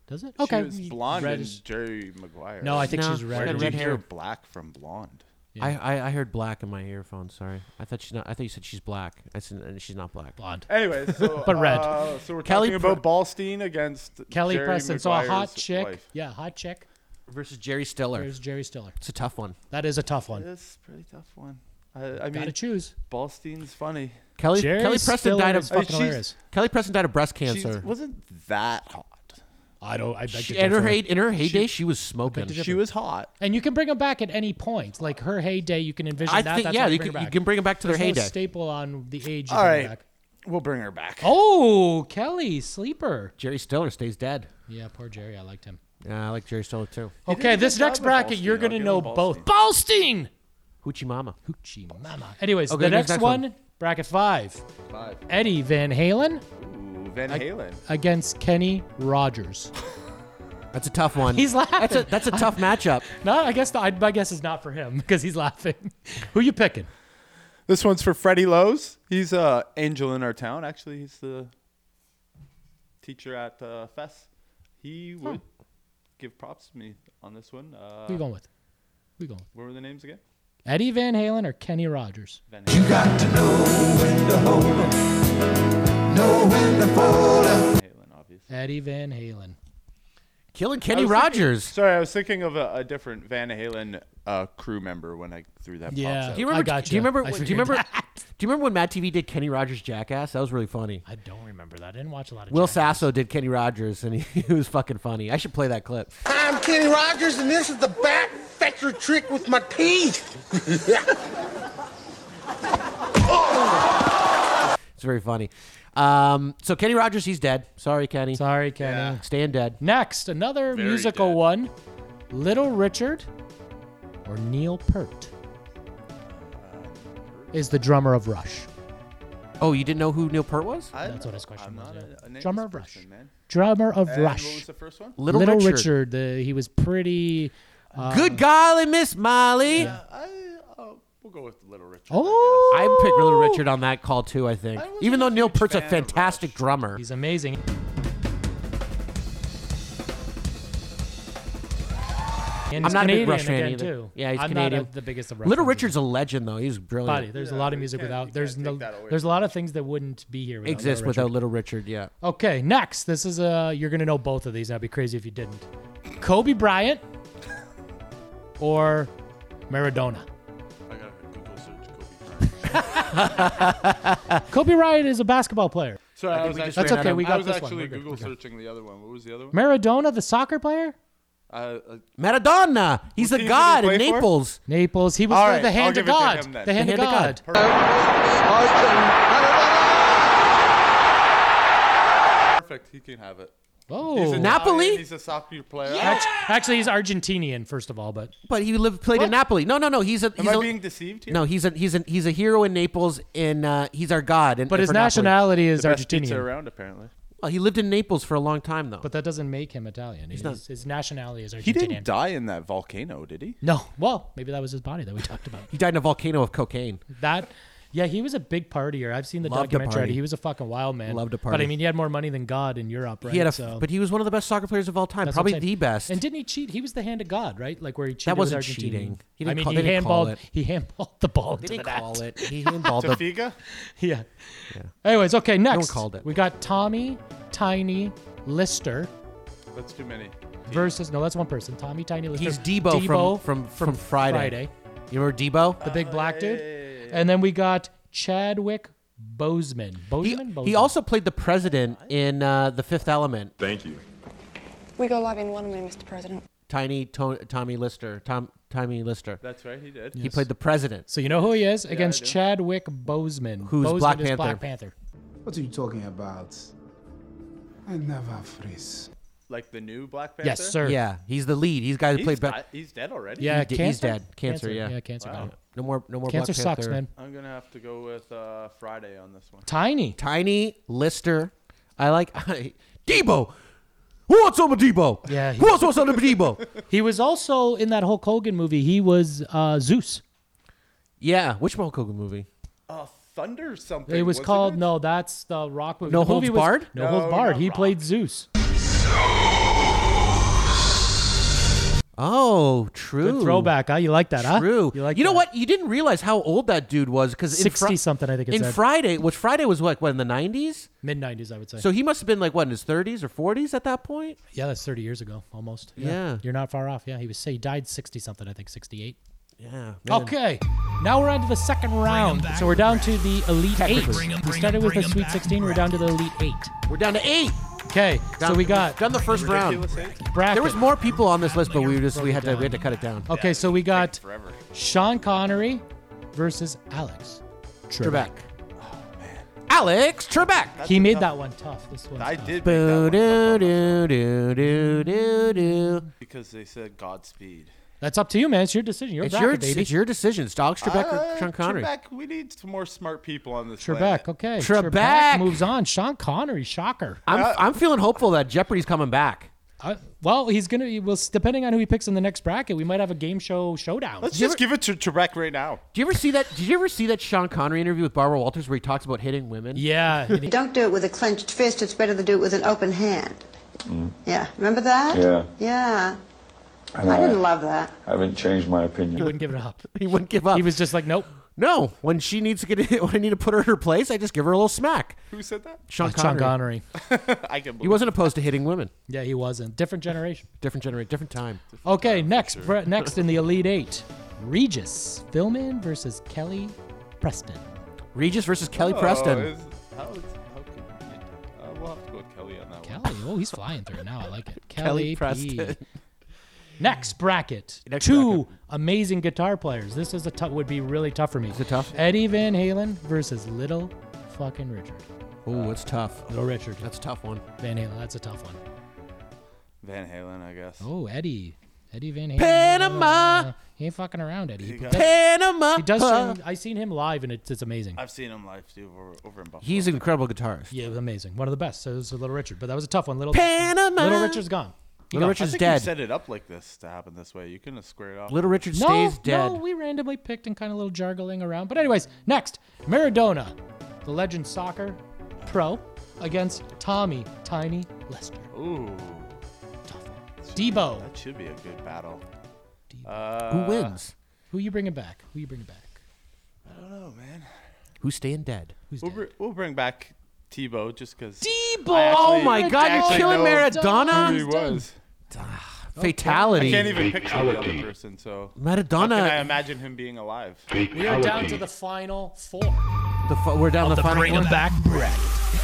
Does it? She Okay. was blonde Red in is- Jerry Maguire. No, I think No, she's she's red. got Where did red you hair. hear black from blonde? I, I I heard black in my earphones. Sorry, I thought she's not. I thought you said she's black. I said and she's not black. Blonde. Anyway, so But red. uh, so we're Kelly talking about Ballstein against Kelly Jerry Preston. so a hot Maguire's chick. wife. Yeah, hot chick. versus Jerry Stiller. There's Jerry Stiller. It's a tough one. That is a tough one. That's a pretty tough one. I, I mean, Gotta choose. Ballstein's funny. Kelly Jerry Kelly Preston Stiller died of is fucking she's- hilarious. Kelly Preston died of breast She cancer. wasn't that hot. I don't. I beg to She- in her differ. hey, in her heyday, she, was beg smoking. to differ. was hot. And you can bring them back at any point. Like her heyday, you can envision I that. think- That's yeah, when you bring can- her you back. can bring 'em back to their There's no heyday. staple on the age. You All bring 'em right, back. we'll bring her back. Oh, Kelly sleeper. Jerry Stiller stays dead. Yeah, poor Jerry. I liked him. Yeah, I like Jerry Stiller too. Okay, this next bracket, you're gonna know both. Ballstein. Hoochie Mama. Hoochie Mama. Anyways, Okay, the next- next, next one, one. bracket five. Five. Eddie Van Halen Ooh, Van I- Halen. against Kenny Rogers. That's a tough one. He's laughing. That's a that's a tough matchup. no, I guess the, I, my guess is not for him because he's laughing. Who you picking? This one's for Freddie Lowe's. He's a angel in our town. Actually, he's the teacher at uh, FES. He would give props to me on this one. Uh, Who you going with? Who you going with? What were the names again? Eddie Van Halen or Kenny Rogers? You got to know when to hold know when to fold Eddie Van Halen. Killing I was thinking- sorry, I was thinking of a, a different Van Halen uh, crew member when I threw that. Yeah, Pops Do you remember? Do you remember? do you remember? That. Do you remember when Matt TV did Kenny Rogers Jackass? That was really funny. I don't remember that. I didn't watch a lot of. Will Sasso did Kenny Rogers, and he, he was fucking funny. I should play that clip. I'm Kenny Rogers, and this is the back fetcher trick with my teeth. It's very funny. Um, so Kenny Rogers, he's dead. Sorry, Kenny. Sorry, Kenny. Yeah. Staying dead. Next, another Very musical one, Little Richard or Neil Peart is the drummer of Rush. Oh, you didn't know who Neil Peart was? That's what his question I'm was. not yeah. a- a names drummer of Rush. person, man. Drummer of And what Rush. was the first one? Little Little, Richard. Richard. the- he was pretty. uh, Good golly, Miss Molly. uh, We'll go with Little Richard. Oh, I picked Little Richard on that call too. I think, even though Neil Peart's a fantastic drummer, he's amazing. And I'm he's not Canadian a big Rush fan again, either. too. Yeah, he's I'm not a- Canadian. the biggest of Rush Little fans. Richard's a legend though. He's brilliant. Buddy, there's a lot of music without. There's no. There's a lot of things that wouldn't be here. Without Exists Little Richard. without Little Richard. Yeah. Okay, next. This is uh you're gonna know both of these. That'd be crazy if you didn't. Kobe Bryant or Maradona. I got a Google search. Kobe Bryant is a basketball player. Sorry, I, was actually, that's okay. We I got was this one. actually We're good, Google we're good. searching the other one. What was the other one? Maradona, the soccer player. uh, uh, Maradona. He's What team did he the god play in for? Naples. Naples. He was All the- right, the I'll hand of give it to God. him then. The hand The of hand God. of perfect. He can have it. Oh. He's Italian, Napoli? He's a soccer player. Act- Actually, he's Argentinian, first of all, but But he lived played in Napoli. No, no, no. He's a. Am He's I a- being deceived here? No, he's a he's a he's a hero in Naples, and uh, he's our god. And but his nationality is Argentinian. around, apparently. Well, he lived in Naples for a long time though. But that doesn't make him Italian. He's He's not- His nationality is Argentinian. He didn't die in that volcano, did he? No. Well, maybe that was his body that we talked about. He died in a volcano of cocaine. That, yeah, he was a big partier. I've seen the Loved to documentary. party. He was a fucking wild man. Loved to But party. I mean, he had more money than God in Europe, right? He had a, so but he was one of the best soccer players of all time, that's what I'm probably saying. the best. And didn't he cheat? He was the hand of God, right? Like where he cheated. wasn't with Argentina. cheating. He I didn't mean, call- he they didn't call handballed. it. He handballed the ball. They into didn't the net. call it. He handballed the- Tafiga? Yeah. Anyways, okay. Next, called it. we got Tommy Tiny Lister That's too many. versus no, that's one person. Tommy Tiny Lister. He's Debo, from, from, from Friday. Friday. You remember Debo? the big black dude. And then we got Chadwick Boseman. Boseman. Boseman? He also played the president in uh, The Fifth Element. Thank you. We go live in one minute, Mr. President. Tiny to- Tommy Lister. Tom Tommy Lister. That's right, he did. He Yes. played the president. So you know who he is Yeah, against I do. Chadwick Boseman, Who's Boseman Black is Panther. Black Panther. What are you talking about? I never freeze. Like the new Black Panther? Yes, sir. Yeah, he's the lead. He's the guy who He's played. di- he's dead already? Yeah, Yeah, he's, de- he's cancer? dead. Cancer. Cancer, Yeah. yeah, cancer, Wow. man. No more. No more. Cancer Black sucks, Panther. man. I'm going to have to go with uh, Friday on this one. Tiny. Tiny Lister. I like Debo. Who wants some of Debo? Yeah. Who else wants some of Debo? He was also in that Hulk Hogan movie. He was uh, Zeus. Yeah. Which Hulk Hogan movie? Uh, Thunder something. It was wasn't called no. That's the Rock movie. No The movie Holds was- Barred? No, holds No, barred. not He played Zeus. Oh, true. throwback, huh? You like that, huh? True. You like You know that. what? You didn't realize how old that dude was because 60 something, I think it in said. Friday, which Friday was what? What in the nineties? Mid nineties, I would say. So he must have been like what in his thirties or forties at that point. yeah, that's thirty years ago, almost. Yeah. you're not far off. Yeah, he was. Say he died sixty something. I think sixty eight. Yeah. man. Okay, now we're on to the second round. So we're down to the Elite Eight. Technically. Bring 'em, We bring 'em, started with the bring 'em Sweet back, 16. We're down to the Elite Eight. We're down to eight. Okay, so Down- we got done the first round. Ridiculous Bracket. There was more people on this list, but we just we had to we had to cut it down. Okay, so we got forever. Sean Connery versus Alex Trebek. Oh, Alex Trebek. he made that one tough. This one. I did make that Boo, one doo, doo, doo, doo, doo, doo. because they said Godspeed. That's up to you, man. It's your decision. Your It's bracket, your baby. it's your decision. It's Alex Trebek Uh, or Sean Connery. Trebek, we need some more smart people on this Trebek. planet. Okay. Trebek. moves on. Sean Connery. Shocker. uh, I'm I'm feeling hopeful that Jeopardy's coming back. I, well, he's gonna. He will, depending on who he picks in the next bracket, we might have a game show showdown. Let's just give it to Trebek right now. Do you ever see that? Did you ever see that Sean Connery interview with Barbara Walters where he talks about hitting women? Yeah. Don't do it with a clenched fist. It's better to do it with an open hand. Yeah. Remember that? Yeah. Yeah. And I didn't love that. I haven't changed my opinion. He wouldn't give it up. He wouldn't give up. He was just like, nope. No, when she needs to get, when I need to put her in her place, I just give her a little smack. Who said that? Sean Uh, Sean Connery. I can believe He wasn't opposed to hitting women. Yeah, he wasn't. Different generation. Different generation. Different time. Okay, next, Brett, next in the Elite Eight, Regis Philman versus Kelly Preston. Regis versus Kelly Oh, Preston. is- how is- how could you- uh, we'll have to go with Kelly on that Kelly, oh, he's flying through it now. I like it. Kelly Kelly, P. Next bracket, Next two amazing guitar players. This is a tough. Would be really tough for me. Is it tough? Eddie Van Halen versus Little Fucking Richard. Oh, that's tough. Little Richard. That's a tough one. Van Halen. That's a tough one. Van Halen, I guess. Oh, Eddie. Eddie Van Halen. Panama. He ain't fucking around, Eddie. He, He got- put that- Panama. He does. and I seen him live, and it's, it's amazing. I've seen him live too over, over in Buffalo. He's an incredible guitarist. Yeah, it was amazing. One of the best. So it was Little Richard, but that was a tough one. Little Panama. Little Richard's gone. He Little gone. Richard's I think You dead. set it up like this to happen this way. You couldn't have squared off. Little Richard no, stays No, dead. we randomly picked and kind of little jargling around. But anyways, next, Maradona, the legend soccer pro, against Tommy Tiny Lester. Ooh, Debo. that should be a good battle. Who Uh, wins? Who you bringing back? Who you bringing back? I don't know, man. Who's staying dead? We'll, br- we'll bring back Tebow just because. Debo! Oh my God, you're killing Maradona? Who he was. Fatality. I can't even picture the other person. So Maradona- How can I imagine him being alive? We are down to the final four. The fu- we're down Of the, the final Bring 'Em four. Back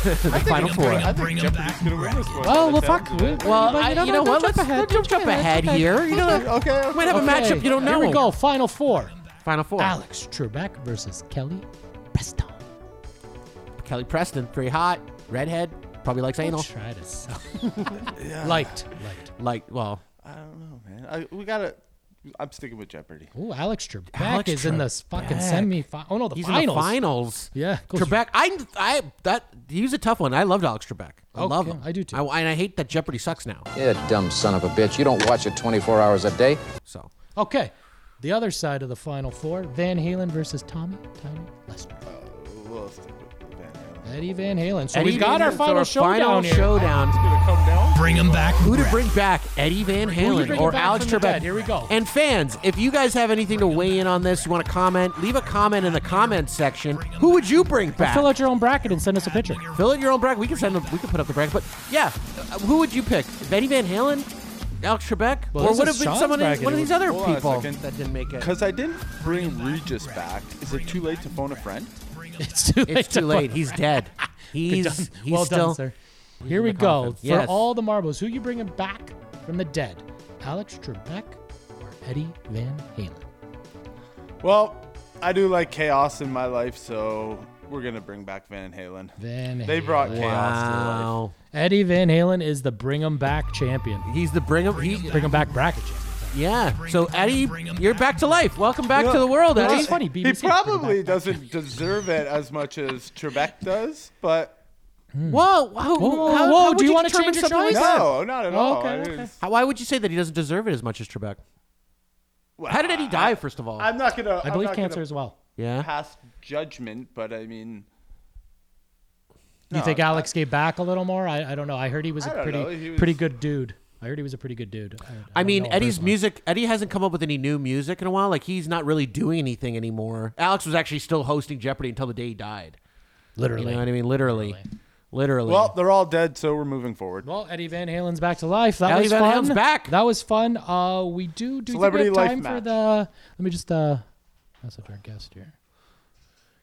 the final four. I think Jeopardy's gonna win this one. Oh, well, That fuck. sounds good. Well, I, you know what? Let's let's jump, ahead here. You know, okay, might have a matchup you don't know. Here we go. Final four. Final four. Alex Trebek versus Kelly Kelly Preston, pretty hot, redhead, probably likes anal. Try to sell. Liked. Liked. Like, well, I don't know, man. I, we gotta. I'm sticking with Jeopardy. Ooh, Alex Trebek Alex is in this fucking semi Oh, no, the he's finals. in the finals. Yeah. goes- Trebek, I, I, that he was a tough one. I loved Alex Trebek. I love Okay, him. I do too. I, and I hate that Jeopardy sucks now. Yeah, dumb son of a bitch. You don't watch it 24 hours a day. So Okay. The other side of the final four Van Halen versus Tommy Tiny Lester. We'll stick with Van Halen. Eddie Van Halen. So Eddie we've got Van our Halen, so final showdown our final here. showdown. It's gonna come down. Bring him back. Who to bring back? Eddie Van you Halen bringing or back Alex from the Trebek? dead? Here we go. And fans, if you guys have anything to weigh in on this, you want to comment, leave a comment in the comment section. Who would you bring back? Fill out your own bracket and send us a picture. Fill in your own bracket. We can send them. We can put up the bracket. But yeah, uh, who would you pick? Benny Van Halen, Alex Trebek, Well, or this would is have been Sean's someone, bracket. one of these other Hold on a people second. that didn't make it? Because I didn't bring Regis back. Is it too late to phone a friend? It's too late. It's too to late. vote. He's dead. Good He's done. he's well still. done, sir. Here in we the go. coffin. For Yes. all the marbles, who you bringing back from the dead? Alex Trebek or Eddie Van Halen? Well, I do like chaos in my life, so we're gonna bring back Van Halen. Van They brought Halen. chaos to life. Wow. Eddie Van Halen is the bring 'em back champion. He's the bring him. He, Bring 'em back bracket champion. yeah. So Eddie, you're back to life. Welcome back to the world, Which Eddie. is funny. BBC He bring 'em back probably doesn't deserve it as much as Trebek does, but Whoa, whoa, Whoa, how, whoa, how would do you wanna determine change your something like choice? that? no, not at all. Oh, Okay, I mean, okay. it's- How, why would you say that he doesn't deserve it as much as Trebek? How did Eddie die? First of all, I'm not gonna. I I'm believe not cancer gonna as well. yeah. Pass judgment, but I mean, You No, think I- Alex gave back a little more? I, I don't know. I heard he was I a don't pretty know. He pretty was- good dude. I heard he was a pretty good dude. I, I don't mean, know Eddie's personally. music. Eddie hasn't come up with any new music in a while. Like he's not really doing anything anymore. Alex was actually still hosting Jeopardy until the day he died. Literally. You know what I mean? Literally, literally. well, they're all dead, so we're moving forward. Well, Eddie Van Halen's back to life. That Eddie was Van fun. Halen's back. That was fun. Uh, we do do you think we Celebrity have life time for match. the. Let me just. Uh, that's a dark guest here.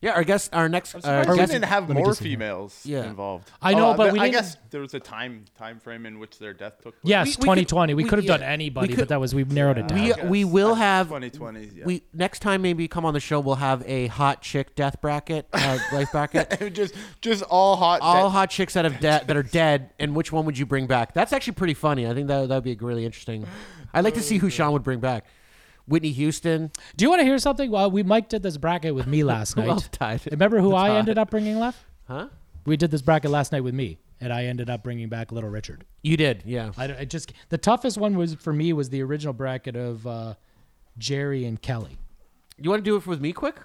yeah, our guest, our next, uh, I our guest, didn't have let me more just see here. females Yeah. involved. I know, but th- we I didn't- guess there was a time time frame in which their death took place. Yes, we could- 2020. We we- could have yeah, done we anybody, could- but that was we've narrowed it down. we uh, guess. we will That's have 2020. Yeah. We next time maybe come on the show. We'll have a hot chick death bracket, uh, life bracket. just just all hot. All dead- hot chicks that have de- that are dead, and which one would you bring back? That's actually pretty funny. I think that that would be really interesting. I'd like to see Oh, who Sean would bring back. Whitney Houston. do you want to hear something? Well, we Mike did this bracket with me last Who night. else died? Remember who That's I hot. ended up bringing left? Huh? We did this bracket last night with me, and and I ended up bringing back Little Richard. You did, yeah. I, I just the toughest one was for me was the original bracket of uh, Jerry and Kelly. You want to do it with me quick?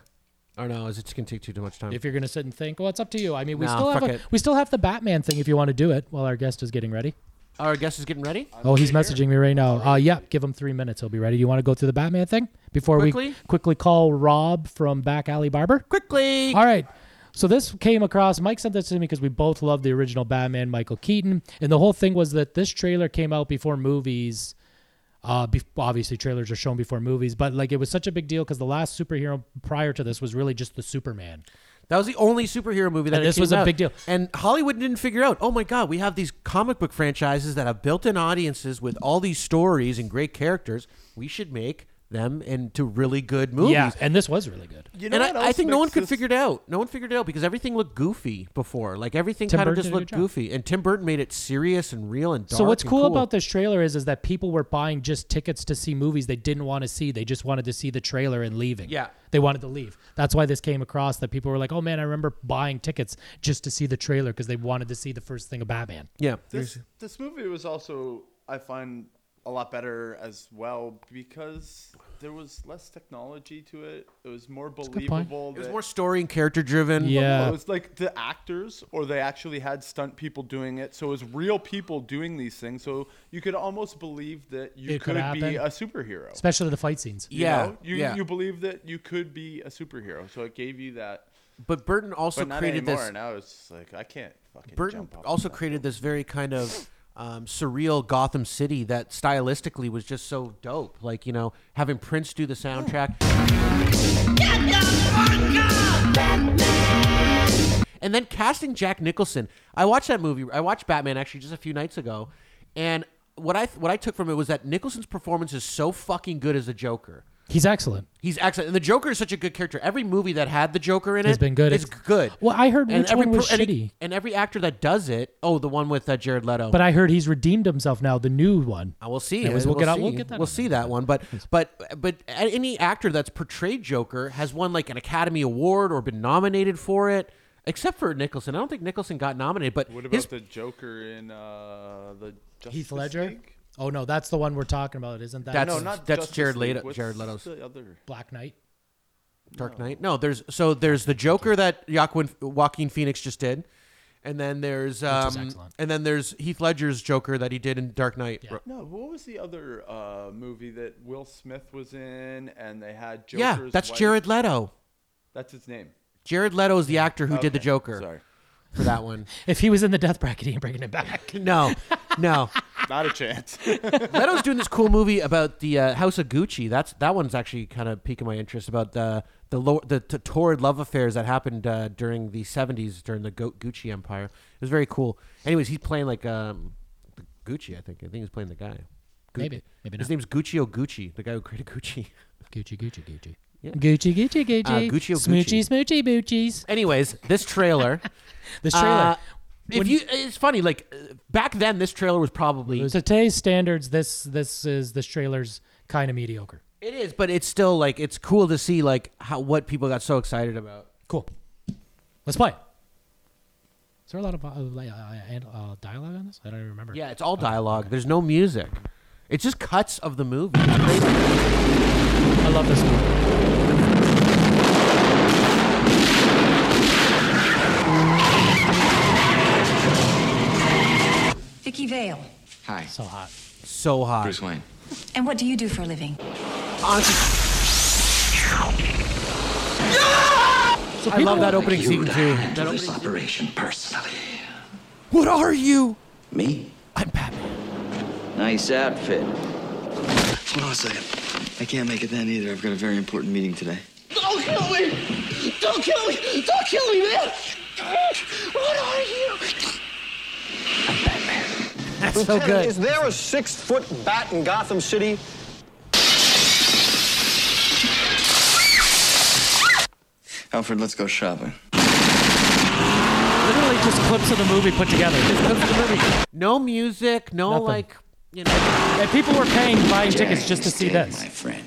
Or no, is it just gonna take too, too much time? If you're gonna sit and think, well, it's up to you. I mean, we Nah, still have fuck a, it. we still have the Batman thing if you want to do it while our guest is getting ready. Our guest is getting ready. Oh, he's messaging me right now. Uh, yeah, give him three minutes. He'll be ready. You want to go through the Batman thing before Quickly? we quickly call Rob from Back Alley Barber? Quickly. All right. So this came across. Mike sent this to me because we both love the original Batman, Michael Keaton, and the whole thing was that this trailer came out before movies. Uh, be- obviously, trailers are shown before movies, but like it was such a big deal because the last superhero prior to this was really just the Superman. That was the only superhero movie that And it this was came a out. big deal. And Hollywood didn't figure out. Oh my God, we have these comic book franchises that have built-in audiences with all these stories and great characters. We should make them into really good movies. Yeah, and this was really good. You know and what I, I else think no one makes could this- figure it out. No one figured it out because everything looked goofy before. Like everything Tim kind Burton of just did a good looked job. goofy. And Tim Burton made it serious and real and dark. So what's and cool, about this trailer is is that people were buying just tickets to see movies they didn't want to see. They just wanted to see the trailer and leaving. Yeah. They wanted to leave. That's why this came across that people were like, "Oh man, I remember buying tickets just to see the trailer because they wanted to see the first thing of Batman." Yeah. This this movie was also I find a lot better as well because there was less technology to it. It was more good point. believable. It was that- more story and character driven. It was like the actors, or they actually had stunt people doing it. So it was real people doing these things. So you could almost believe that you It could could, be happen. a superhero. Especially the fight scenes. You Yeah, know? You, yeah. you believe that you could be a superhero. So it gave you that. But Burton also But not created anymore. this. Now it's just like, I can't fucking Burton jump up. also created this very kind of um, surreal Gotham City that stylistically was just so dope. Like you know, having Prince do the soundtrack. And then casting Jack Nicholson. I watched that movie. I watched Batman actually just a few nights ago, and what I what I took from it was that Nicholson's performance is so fucking good as the Joker. He's excellent. He's excellent, and the Joker is such a good character. Every movie that had the Joker in it Has been good. It's good. Well, I heard which one per- was and shitty. and every actor that does it, oh, the one with uh, Jared Leto. But I heard he's redeemed himself now, the new one. I will see. Anyways, Uh, we'll, get out. see. We'll get that. We'll out. see that one. But but but any actor that's portrayed Joker has won like an Academy Award or been nominated for it, except for Nicholson. I don't think Nicholson got nominated, but What about his the Joker in uh, the Justice Heath Ledger. League? Oh no, that's the one we're talking about, isn't that? That's- No, not that's Justice Jared League. Leto- What's Jared Leto's. the other? Black Knight. Dark Knight. No, there's so there's the Joker that Joaquin, Joaquin Phoenix just did, and then there's was um, excellent. and then there's Heath Ledger's Joker that he did in Dark Knight. Ro- No, what was the other uh, movie that Will Smith was in, and they had Joker's Yeah, that's wife? Jared Leto. That's his name. Jared Leto is the actor who did the Okay, Joker. sorry. For that one. If he was in the death bracket, he ain't bringing it back. No, no. Not a chance. Leto's doing this cool movie about the uh, House of Gucci. That's that one's actually kind of piquing my interest about the the lo- the t- torrid love affairs that happened uh, during the '70s during the Go- Gucci empire. It was very cool. Anyways, he's playing like um, the Gucci. I think I think he's playing the guy. Gu- Maybe. Maybe his not. name's Guccio Gucci, the guy who created Gucci. Gucci, Gucci, Gucci. Yeah. Gucci, Gucci, Gucci. Uh, Guccio Smoochy, Gucci. smoochy, boochies. Anyways, this trailer. This trailer. uh, if When- you, it's funny. Like uh, back then, this trailer was probably to today's standards, this this is this trailer's kind of mediocre. It is, but it's still like it's cool to see like how what people got so excited about. Cool. Let's play. Is there a lot of uh, like, uh, and, uh, dialogue on this? I don't even remember. Yeah, it's all dialogue. There's no music. It's just cuts of the movie. It's crazy. I love this one. Vicky Vale. Hi. So hot. So hot. Bruce Wayne. And what do you do for a living? So I love Like that opening you scene to too. handle That this opening- operation personally. What are you? Me? Nice outfit. Hold on a second. I can't make it then either. I've got a very important meeting today. Don't kill me! Don't kill me! Don't kill me, man! What are you? That's so good. Is there a six-foot bat in Gotham City? Alfred, let's go shopping. Literally just clips of the movie put together. No music. No Nothing. like you know. And people were paying buying Jack tickets just to is see dead, this. My friend.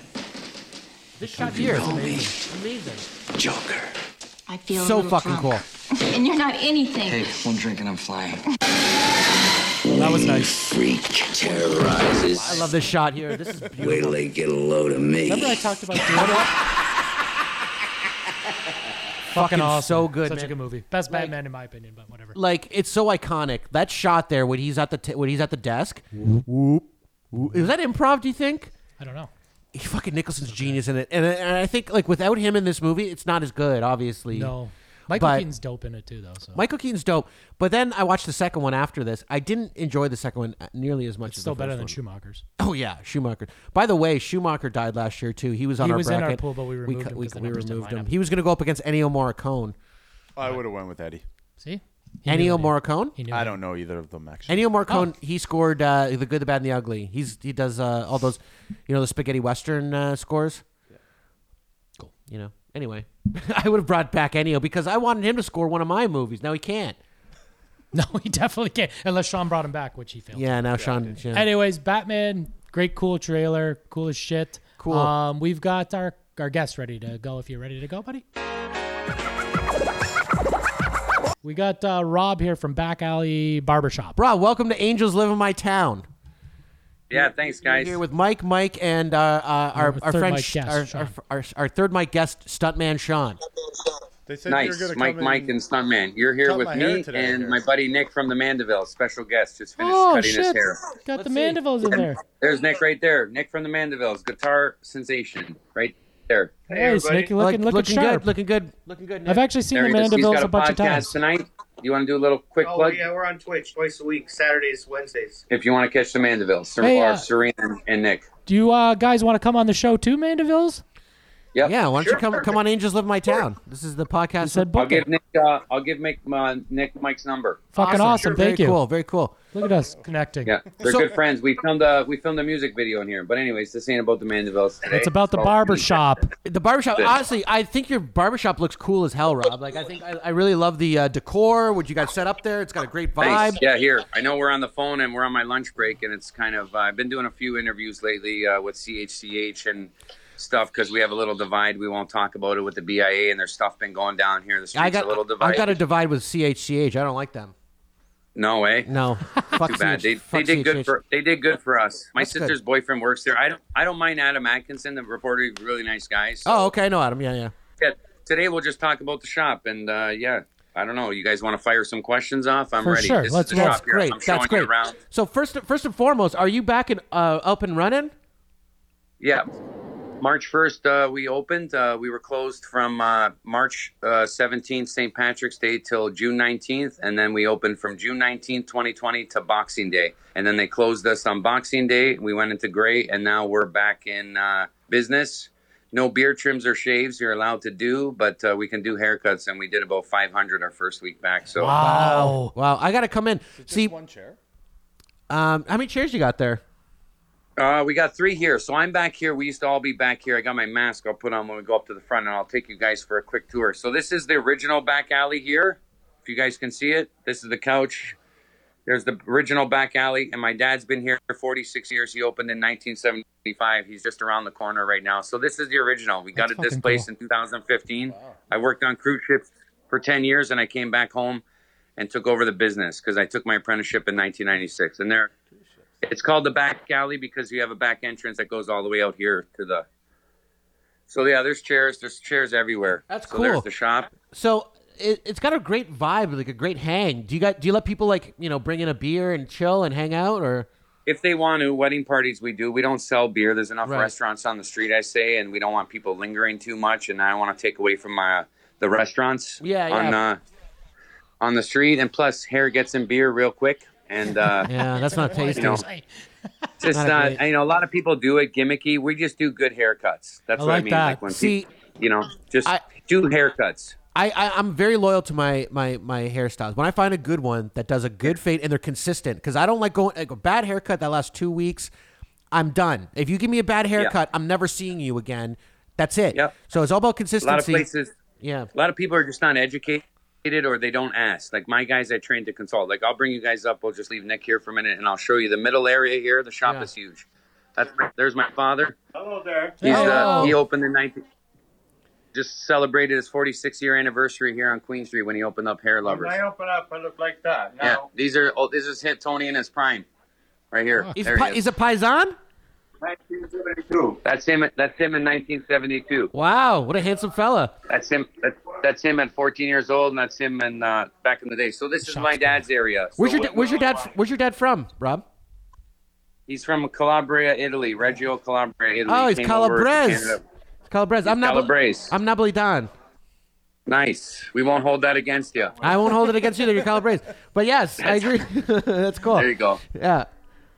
This shot You here is call me amazing. Joker. I feel a so little fucking drunk. cool. and you're not anything. Hey, one drink and I'm flying. That was nice. Freak terrorizes. I love this shot here. This is Wait till they get a load of me. Remember I talked about the Fucking Fucking awesome. so good, Such a man. good movie. Best Like- Batman in my opinion, but whatever. like it's so iconic. That shot there when he's at the t- when he's at the desk. Whoop, whoop, whoop. Was that improv? Do you think? I don't know. He fucking Nicholson's genius in it, and, and I think like without him in this movie, it's not as good. Obviously, No. Michael But- Keaton's dope in it too though. So Michael Keaton's dope. But then I watched the second one after this. I didn't enjoy the second one nearly as much. it's as still the better first than one. Schumacher's. Oh yeah, Schumacher. By the way, Schumacher died last year too. He was on He our was in our bracket. pool, but we removed cut- him We, 'cause the we numbers didn't removed line him. up. He was going to go up against Ennio Morricone. I would have went with Eddie. See? Ennio Morricone. I don't know either of them actually. Ennio Morricone. He scored uh, the Good, the Bad, and the Ugly. He's he does uh, all those, you know, the spaghetti western uh, scores. Cool. You know. Anyway, I would have brought back Ennio because I wanted him to score one of my movies. Now he can't. No, he definitely can't. Unless Sean brought him back, which he failed. Yeah. Now Sean. Yeah. Anyways, Batman, great cool trailer, cool as shit. Cool. Um, we've got our our guest ready to go. If you're ready to go, buddy. We got uh, Rob here from Back Alley Barbershop. Rob, welcome to Angels Live in My Town. Yeah, thanks, guys. Here with Mike, Mike, and uh, uh, our, with our third friend, mic Sh- guest, our, our, Sean. our, our third mic guest, stuntman Sean. They said Nice, you were gonna Mike, come in- Mike, and Stuntman. You're here Cut with my hair me today, and my buddy Nick from the Mandeville, special guest, just finished Oh cutting his shit! hair. Got the mandibles in there. There's Nick right there. Nick from the Mandevilles, guitar sensation, right there. Nice, Nick. You're looking Like, looking looking sharp. good, looking good, looking good. I've actually seen There the he is. He's Mandibles got a, bunch of podcast times. tonight. You want to do a little quick Oh, plug yeah, we're on Twitch twice a week, Saturdays, Wednesdays. if you want to catch the Mandevilles, Ser- Hey, or uh, Serena and, and Nick. Do you uh, guys want to come on the show too, Mandivilles? Yep. Yeah, why don't you come come on Angels Live My Town? This is the podcast. I'll give Nick. Uh, I'll give Nick, uh, Nick Mike's number. Fucking awesome. Very Thank you. cool. Very cool. Look at us connecting. Yeah, they're So- good friends. We filmed a we filmed a music video in here. But anyways, this ain't about the Mandevilles today. It's about the Oh, barbershop. The barbershop. Honestly, I think your barbershop looks cool as hell, Rob. Like I think I, I really love the uh, decor. What you got set up there? It's got a great vibe. Thanks. Yeah, here. I know we're on the phone and we're on my lunch break, and it's kind of. Uh, I've been doing a few interviews lately uh, with CHCH and stuff because we have a little divide. We won't talk about it with the BIA, and their stuff been going down here. The streets I got a little divide. I got to divide with CHCH. I don't like them. No way. No. Fuck Too bad. CHCH. They, they Fuck did good CHCH. for they did good for us. My That's good. sister's boyfriend works there. I don't I don't mind Adam Atkinson, the reporter. He's a really nice guy. So, Oh, okay. I know Adam. Yeah, yeah. yeah, today we'll just talk about the shop, and uh, yeah, I don't know. You guys want to fire some questions off? I'm for ready. sure. This is Let's. the That's shop here. great. I'm showing That's you great. around. So first, first and foremost, are you back and uh, up and running? Yeah. March 1st, uh, we opened. Uh, we were closed from uh, March uh, 17th, St. Patrick's Day, till June 19th. And then we opened from June 19th, 2020 to Boxing Day. And then they closed us on Boxing Day. We went into gray, and now we're back in uh, business. No beard trims or shaves you're allowed to do, but uh, we can do haircuts. And we did about 500 our first week back. So Wow. Wow. I got to come in. See one chair. Um, how many chairs you got there? Uh, we got three here. So I'm back here. We used to all be back here. I got my mask I'll put on when we go up to the front, and I'll take you guys for a quick tour. So this is the original back alley here. If you guys can see it, this is the couch. There's the original back alley, and my dad's been here for 46 years. He opened in 1975. He's just around the corner right now. So this is the original. We got That's it this fucking place cool. in 2015. I worked on cruise ships for 10 years, and I came back home and took over the business because I took my apprenticeship in 1996. And there, it's called the back alley because you have a back entrance that goes all the way out here to the. So yeah, there's chairs. There's chairs everywhere. That's so cool. There's the shop. So it, it's got a great vibe, like a great hang. Do you got? Do you let people like you know bring in a beer and chill and hang out, or If they want to, wedding parties we do. We don't sell beer. There's enough Right. restaurants on the street, I say, and we don't want people lingering too much. And I don't want to take away from my the restaurants. Yeah, on, yeah. Uh, on the street, and plus, hair gets in beer real quick. And uh, yeah, that's not tasty. You know, just Not a not. great- You know, a lot of people do it gimmicky. We just do good haircuts. That's I what I like mean. that. Like when See- people, you know, just do haircuts. I, I I'm very loyal to my my my hairstyles. When I find a good one that does a good fade and they're consistent, because I don't like going like a bad haircut that lasts two weeks. I'm done. If you give me a bad haircut, I'm never seeing you again. That's it. So it's all about A consistency. lot of places. Yeah. A lot of people are just not educated or they don't ask. Like my guys I trained to consult. Like I'll bring you guys up. We'll just leave Nick here for a minute and I'll show you the middle area here. The shop is huge. That's my, there's my father. Hello there. He's uh, he opened in 19 just celebrated his 46 year anniversary here on Queen Street when he opened up Hair Lovers. When I open up, I look like that. Now, Yeah, these are oh, this is hit Tony in his prime, right here. He's, There he pi- is. he's a paisan? 1972. That's him. That's him in 1972. Wow, what a handsome fella. That's him. That's, that's him at 14 years old, and that's him in uh, back in the day. So this is my dad's area. So Where's your what- da- Where's your dad? Where's your dad from, Rob? He's from Calabria, Italy. Reggio Calabria, Italy. Oh, he's Came over to Calabrese. Canada. Calabrese. I'm not. Calabrese. I'm Nably Don. Nice. We won't hold that against you. I won't hold it against you that you're Calabrese. But yes, I agree. That's cool. There you go. Yeah,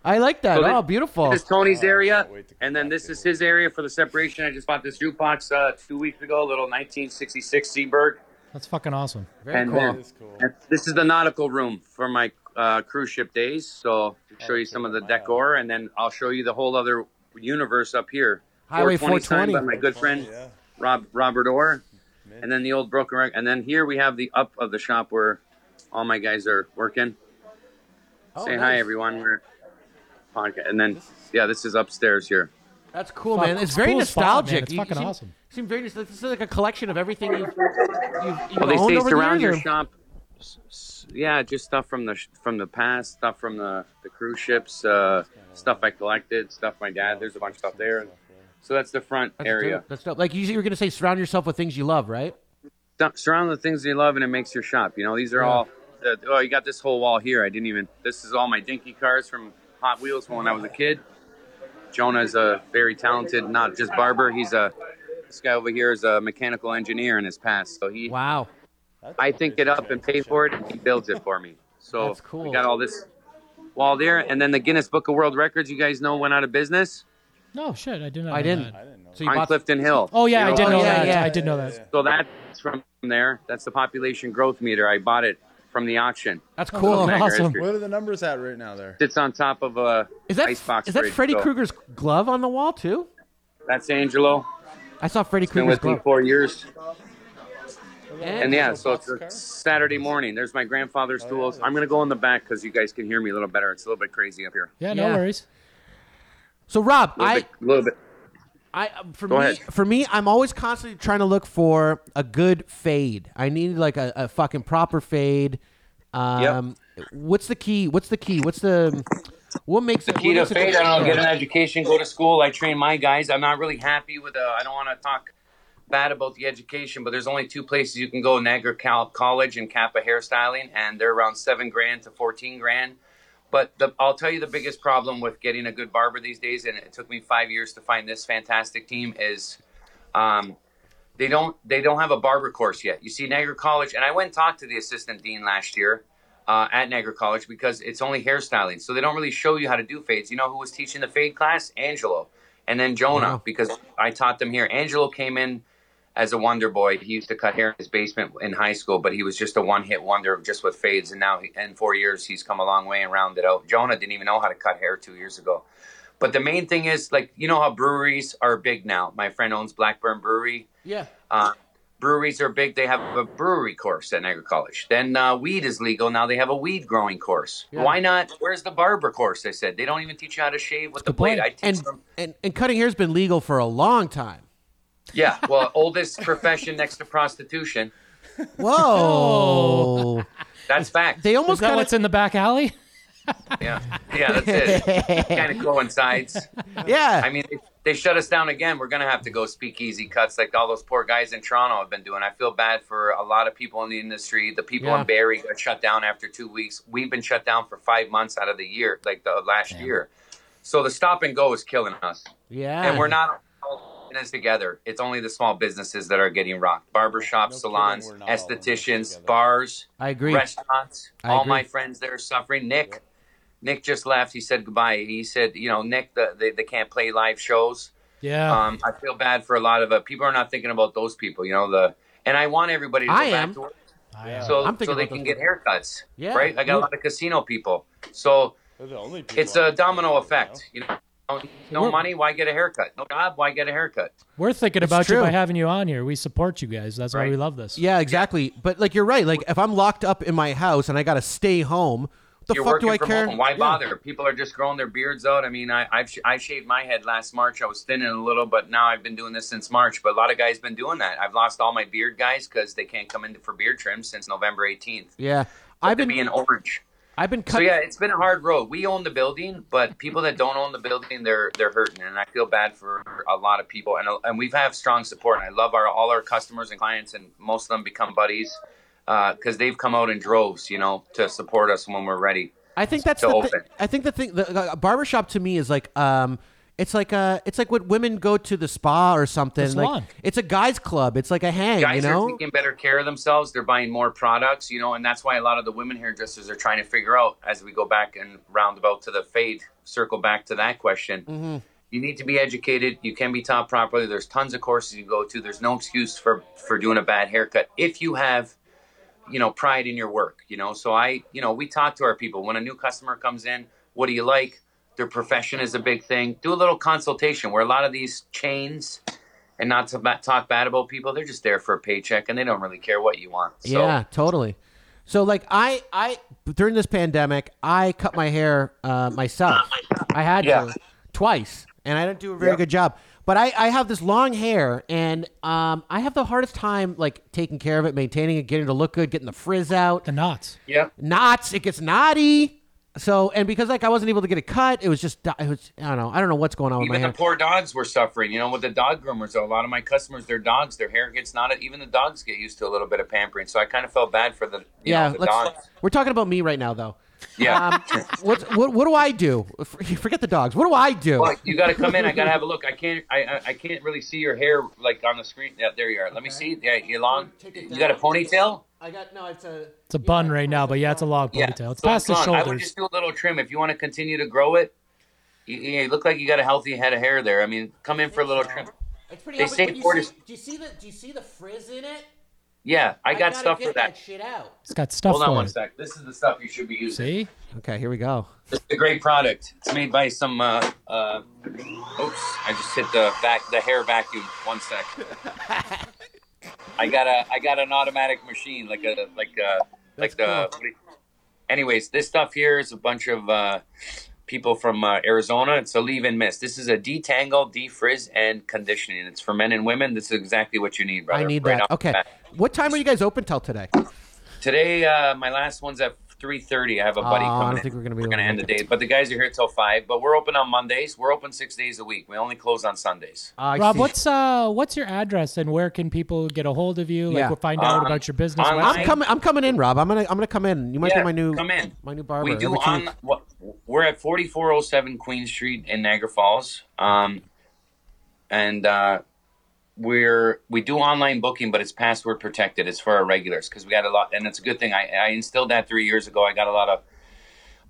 I like that. So thi- oh, beautiful. This is Tony's area, and then this is his area for the separation. I just bought this jukebox uh, two weeks ago, a little 1966 Seaberg. That's fucking awesome. and then- and this is the nautical room for my uh, cruise ship days. So I'll show you some of the decor, and then I'll show you the whole other universe up here. Highway 420 signed 420. by my good friend Rob Robert Orr, and then the old broken record, and then here we have the up of the shop where all my guys are working. Oh, Say hi, nice. everyone. We're podcast, and then yeah, this is upstairs here. That's cool, Fuck, man. It's it's very cool as fuck, Oh, man. nostalgic. It's You- you fucking seem- awesome. Seem very. This is like a collection of everything you've, you've, you've Well, Oh, they owned say over surround the your years. shop. s- s- Yeah, just stuff from the sh- from the past, stuff from the the cruise ships, uh, stuff I collected, stuff my dad. There's a bunch of stuff there. So that's the front That's area. dope. That's dope. Like you, you were gonna say, surround yourself with things you love, right? Stuff- Surround the things you love, and it makes your shop. You know, these are Yeah. all. The, oh, you got this whole wall here. I didn't even. This is all my dinky cars from Hot Wheels from when I was a kid. Jonah is a very talented, not just barber. He's a. This guy over here is a mechanical engineer in his past. So he. Wow. I think it up and pay for it, and he builds it for me. So That's cool. we got all this wall there, and then the Guinness Book of World Records. You guys know went out of business No shit, I didn't. Know I didn't. That. So you on bought. Clifton Hill. Oh yeah, You I did know, know Oh, yeah, that. yeah. I did know that. So that's from there. That's the population growth meter. I bought it from the auction. That's So cool. it's Niagara History. What are the numbers at right now there? Sits on top of a Is that icebox. is that fridge, Freddy so Krueger's glove on the wall too? That's Angelo. I saw Freddy Been Krueger's with me glove. four years. And And yeah, so it's a Saturday morning. There's my grandfather's tools. I'm gonna go in the back because you guys can hear me a little better. It's a little bit crazy up here. Yeah, no Yeah. worries. So Rob, A I little bit. little bit. I uh, for Go me ahead. for me, I'm always constantly trying to look for a good fade. I need like a, a fucking proper fade. Um, What's the key? What's the key? What's the what makes the it, key what to makes it- fate. I don't know, get an education, go to school. I train my guys. I'm not really happy with. Uh, I don't want to talk bad about the education, but there's only two places you can go: Niagara Cal- College and Kappa Hairstyling, and they're around seven grand to fourteen grand. But the, I'll tell you the biggest problem with getting a good barber these days, and it took me five years to find this fantastic team, is um, they don't they don't have a barber course yet. You see, Niagara College, and I went and talked to the assistant dean last year uh, at Niagara College because it's only hairstyling, so they don't really show you how to do fades. You know who was teaching the fade class? Angelo, and then Jonah Wow. because I taught them here. Angelo came in as a wonder boy. He used to cut hair in his basement in high school, but he was just a one hit wonder just with fades. And now, he- in four years, he's come a long way and rounded out. Jonah didn't even know how to cut hair two years ago. But the main thing is, like, you know how breweries are big now. My friend owns Blackburn Brewery. Yeah. Uh, breweries are big. They have a brewery course at Niagara College. Then uh, weed is legal. Now they have a weed growing course. Yeah. Why not? Where's the barber course? They said they don't even teach you how to shave with the blade. I teach and, them. and and cutting hair's been legal for a long time. Yeah, well, oldest profession next to prostitution. Whoa. That's fact. they Is almost that kind what's of in the back alley? Yeah, yeah, that's it. kind of coincides. yeah. I mean, they, they shut us down again. We're gonna have to go speakeasy cuts like all those poor guys in Toronto have been doing. I feel bad for a lot of people in the industry. The people Yeah. in Barrie got shut down after two weeks. We've been shut down for five months out of the year, like the last year. So the stop and go is killing us, yeah. and we're not all in this together. It's only the small businesses that are getting rocked: barbershops, salons, estheticians, bars. I agree. Restaurants. I all agree. my friends there suffering. Nick, Nick just left. He said goodbye. He said, you know, Nick, the, they, they can't play live shows. Yeah. Um, I feel bad for a lot of uh, people are not thinking about those people. You know the, and I want everybody to go I back am. to work I uh, am. so I'm thinking so they about can those get haircuts. Yeah. Right. I got a lot of casino people. So it's a domino effect. You know, no We're- money, why get a haircut? No job, why get a haircut? We're thinking It's about true. you by having you on here. We support you guys. That's why Right. we love this. Yeah, exactly. But like you're right. Like if I'm locked up in my house and I gotta stay home, the you're fuck do working I from care? home. Why Yeah. bother? People are just growing their beards out. I mean, I I've, sh- I shaved my head last March. I was thinning a little, but now I've been doing this since March. But a lot of guys been doing that. I've lost all my beard guys because they can't come in for beard trim since November 18th. Yeah, I've been being orange. I've been So cutting. yeah, it's been a hard road. We own the building, but people that don't own the building, they're they're hurting, and I feel bad for a lot of people. And and we've have strong support. And I love our all our customers and clients, and most of them become buddies because they've come out in droves, you know, to support us when we're ready. I think that's to the open. thi- I think the thing. The, uh, barbershop to me is like um, it's like uh, it's like when women go to the spa or something. The Like salon. it's a guys' club. It's like a hang. Guys you know. are taking better care of themselves. They're buying more products, you know, and that's why a lot of the women hairdressers are trying to figure out as we go back and roundabout to the fade, circle back to that question. Mhm. You need to be educated. You can be taught properly. There's tons of courses you go to. There's no excuse for for doing a bad haircut if you have, you know, pride in your work. You know, so I, you know, we talk to our people when a new customer comes in. What do you like? Their profession is a big thing. Do a little consultation where a lot of these chains and not to ba- talk bad about people. They're just there for a paycheck and they don't really care what you want. So Yeah, totally. So like I I during this pandemic I cut my hair uh, myself. I had to twice, and I didn't do a very Yep. good job. But I, I have this long hair, and um, I have the hardest time like taking care of it, maintaining it, getting it to look good, getting the frizz out, the knots. Yep. knots. It gets knotty. So and because like I wasn't able to get it cut, it was just it was I don't know I don't know what's going on with my even the hair. poor dogs were suffering. You know, with the dog groomers, a lot of my customers, their dogs, their hair gets knotted. Even the dogs get used to a little bit of pampering. So I kind of felt bad for the you yeah, know, the let's. dogs. We're talking about me right now though. Yeah. Um, what, what what do I do? Forget the dogs. What do I do? Well, you got to come in. I got to have a look. I can't. I, I I can't really see your hair like on the screen. Yeah, there you are. Let me see. Yeah, you long. You got a ponytail. I got no. It's a It's a bun right now, but yeah, it's a long ponytail. It's So past the long. I would shoulders. just do a little trim if you want to continue to grow it. You, you look like you got a healthy head of hair there. I mean, come in for a little trim. It's pretty They obvious, say but you four to- see- Do you see the Do you see the frizz in it? Yeah, I got gotta stuff get for that. shit out. It's got stuff Hold on for one it. sec. This is the stuff you should be using. See? Okay, here we go. This is a great product. It's made by some. Uh, uh, oops, I just hit the vac the hair vacuum. One sec. I got a I got an automatic machine like a like a like uh, the. Anyways, this stuff here is a bunch of uh, people from uh, Arizona. It's a leave and mist. This is a detangle, defrizz, and conditioning. It's for men and women. This is exactly what you need, brother. I need right that. off the Okay, bat. what time are you guys open till today? Today, uh, my last one's at three thirty. I have a buddy Oh, I coming. don't in. think we're gonna be We're able gonna to end the make day, but the guys are here till five. But we're open on Mondays. We're open six days a week. We only close on Sundays. Rob, what's uh, what's your address and where can people get a hold of you? Like, Yeah. we'll find out Um, about your business. online- website? I'm coming. I'm coming in, Rob. I'm gonna I'm gonna come in. You might Yeah, be my new come in. my new barber. we do every two on? weeks. What, we're at forty four oh seven Queen Street in Niagara Falls. Um, and uh, we're we do online booking, but it's password protected. It's for our regulars because we got a lot, and it's a good thing. I, I instilled that three years ago. I got a lot of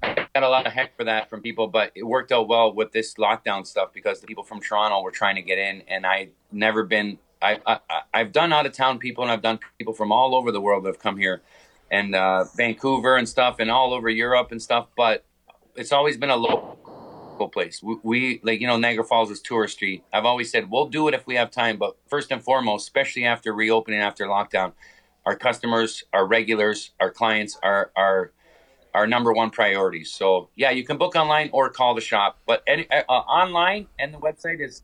I got a lot of heck for that from people, but it worked out well with this lockdown stuff because the people from Toronto were trying to get in, and I never been. I, I I- I've done out of town people, and I've done people from all over the world that have come here, and uh, Vancouver and stuff, and all over Europe and stuff. But it's always been a local place. We, we like you know Niagara Falls is touristy. I've always said we'll do it if we have time, but first and foremost, especially after reopening after lockdown, our customers, our regulars, our clients, our our our number one priorities. So yeah, you can book online or call the shop, but any, uh, uh, online and the website is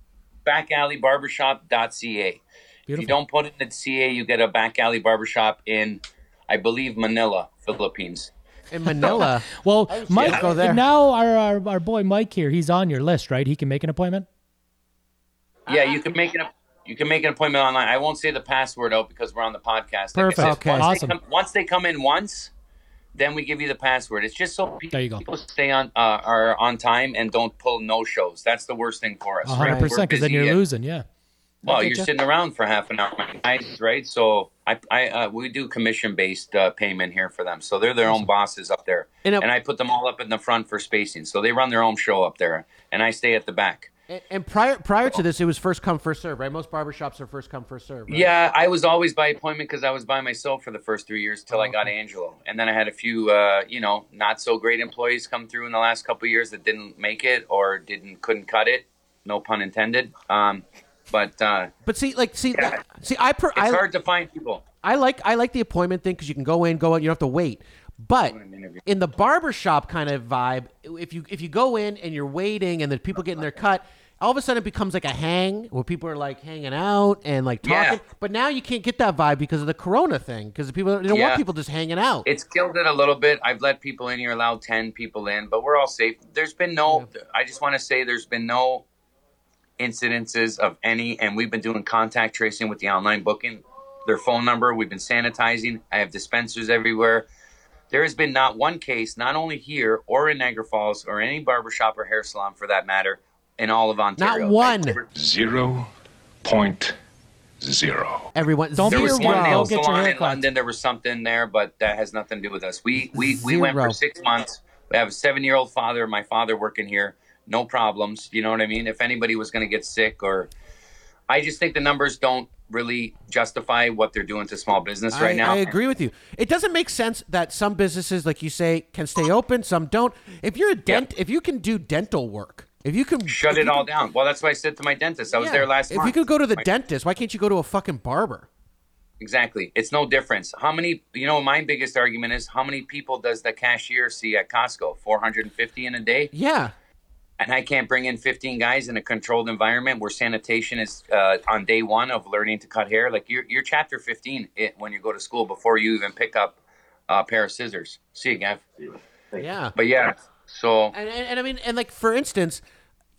backalleybarbershop.ca. If you don't put it in the CA, you get a back alley barbershop in, I believe, Manila, Philippines. in Manila. well, Mike, Oh, go there. now our, our our boy Mike here, he's on your list, right? He can make an appointment. Yeah, you can make an you can make an appointment online. I won't say the password out because we're on the podcast. Perfect. I said, Okay. Once Awesome. They come, once they come in once, then we give you the password. It's just so pe- people, There you go. stay on uh, are on time and don't pull no shows. That's the worst thing for us. A right? hundred We're percent, because then busy you're and- losing. Yeah. Well, Okay, you're Jeff. sitting around for half an hour, guys, right? So I, I, uh, we do commission-based uh, payment here for them. So they're their own bosses up there, And and, it- I put them all up in the front for spacing. So they run their own show up there, and I stay at the back. And, and prior prior to this, it was first come first serve, right? Most barbershops are first come first serve. Right? Yeah, I was always by appointment because I was by myself for the first three years till I got Angelo, and then I had a few, uh, you know, not so great employees come through in the last couple of years that didn't make it or didn't couldn't cut it. No pun intended. Um, but uh, But see, like, see, see, I per, it's I, hard to find people. I like I like the appointment thing because you can go in, go out, you don't have to wait. But in the barbershop kind of vibe, if you if you go in and you're waiting and the people getting their cut, all of a sudden it becomes like a hang where people are like hanging out and like talking. But now you can't get that vibe because of the corona thing because people they don't Yeah. want people just hanging out. It's killed it a little bit. I've let people in here, allowed 10 people in, but we're all safe. There's been no, I just want to say there's been no incidences of any, and we've been doing contact tracing with the online booking, their phone number. We've been sanitizing. I have dispensers everywhere. There has been not one case, not only here or in Niagara Falls or any barbershop or hair salon for that matter, in all of Ontario. Not one. Zero point zero. Everyone there zero. was one nail salon in London. There was something there, but that has nothing to do with us. We we, we went Zero. for six months. We have a seven year old father. My father working here, no problems. You know what I mean. If anybody was going to get sick or, I just think the numbers don't really justify what they're doing to small business I, right now. I agree with you. It doesn't make sense that some businesses, like you say, can stay open, some don't. If you're a dent, if you can do dental work, if you can Shut it all down. Well, that's what I said to my dentist. I was Yeah. there last If month. you could go to the My- dentist, why can't you go to a fucking barber? Exactly. It's no difference. How many, you know, my biggest argument is how many people does the cashier see at Costco? 450 in a day? Yeah. and I can't bring in 15 guys in a controlled environment where sanitation is uh, on day one of learning to cut hair. Like you're, you're chapter 15 it, when you go to school before you even pick up a pair of scissors. See you, Gav. Yeah. But yeah, so And, and, and I mean, and like for instance,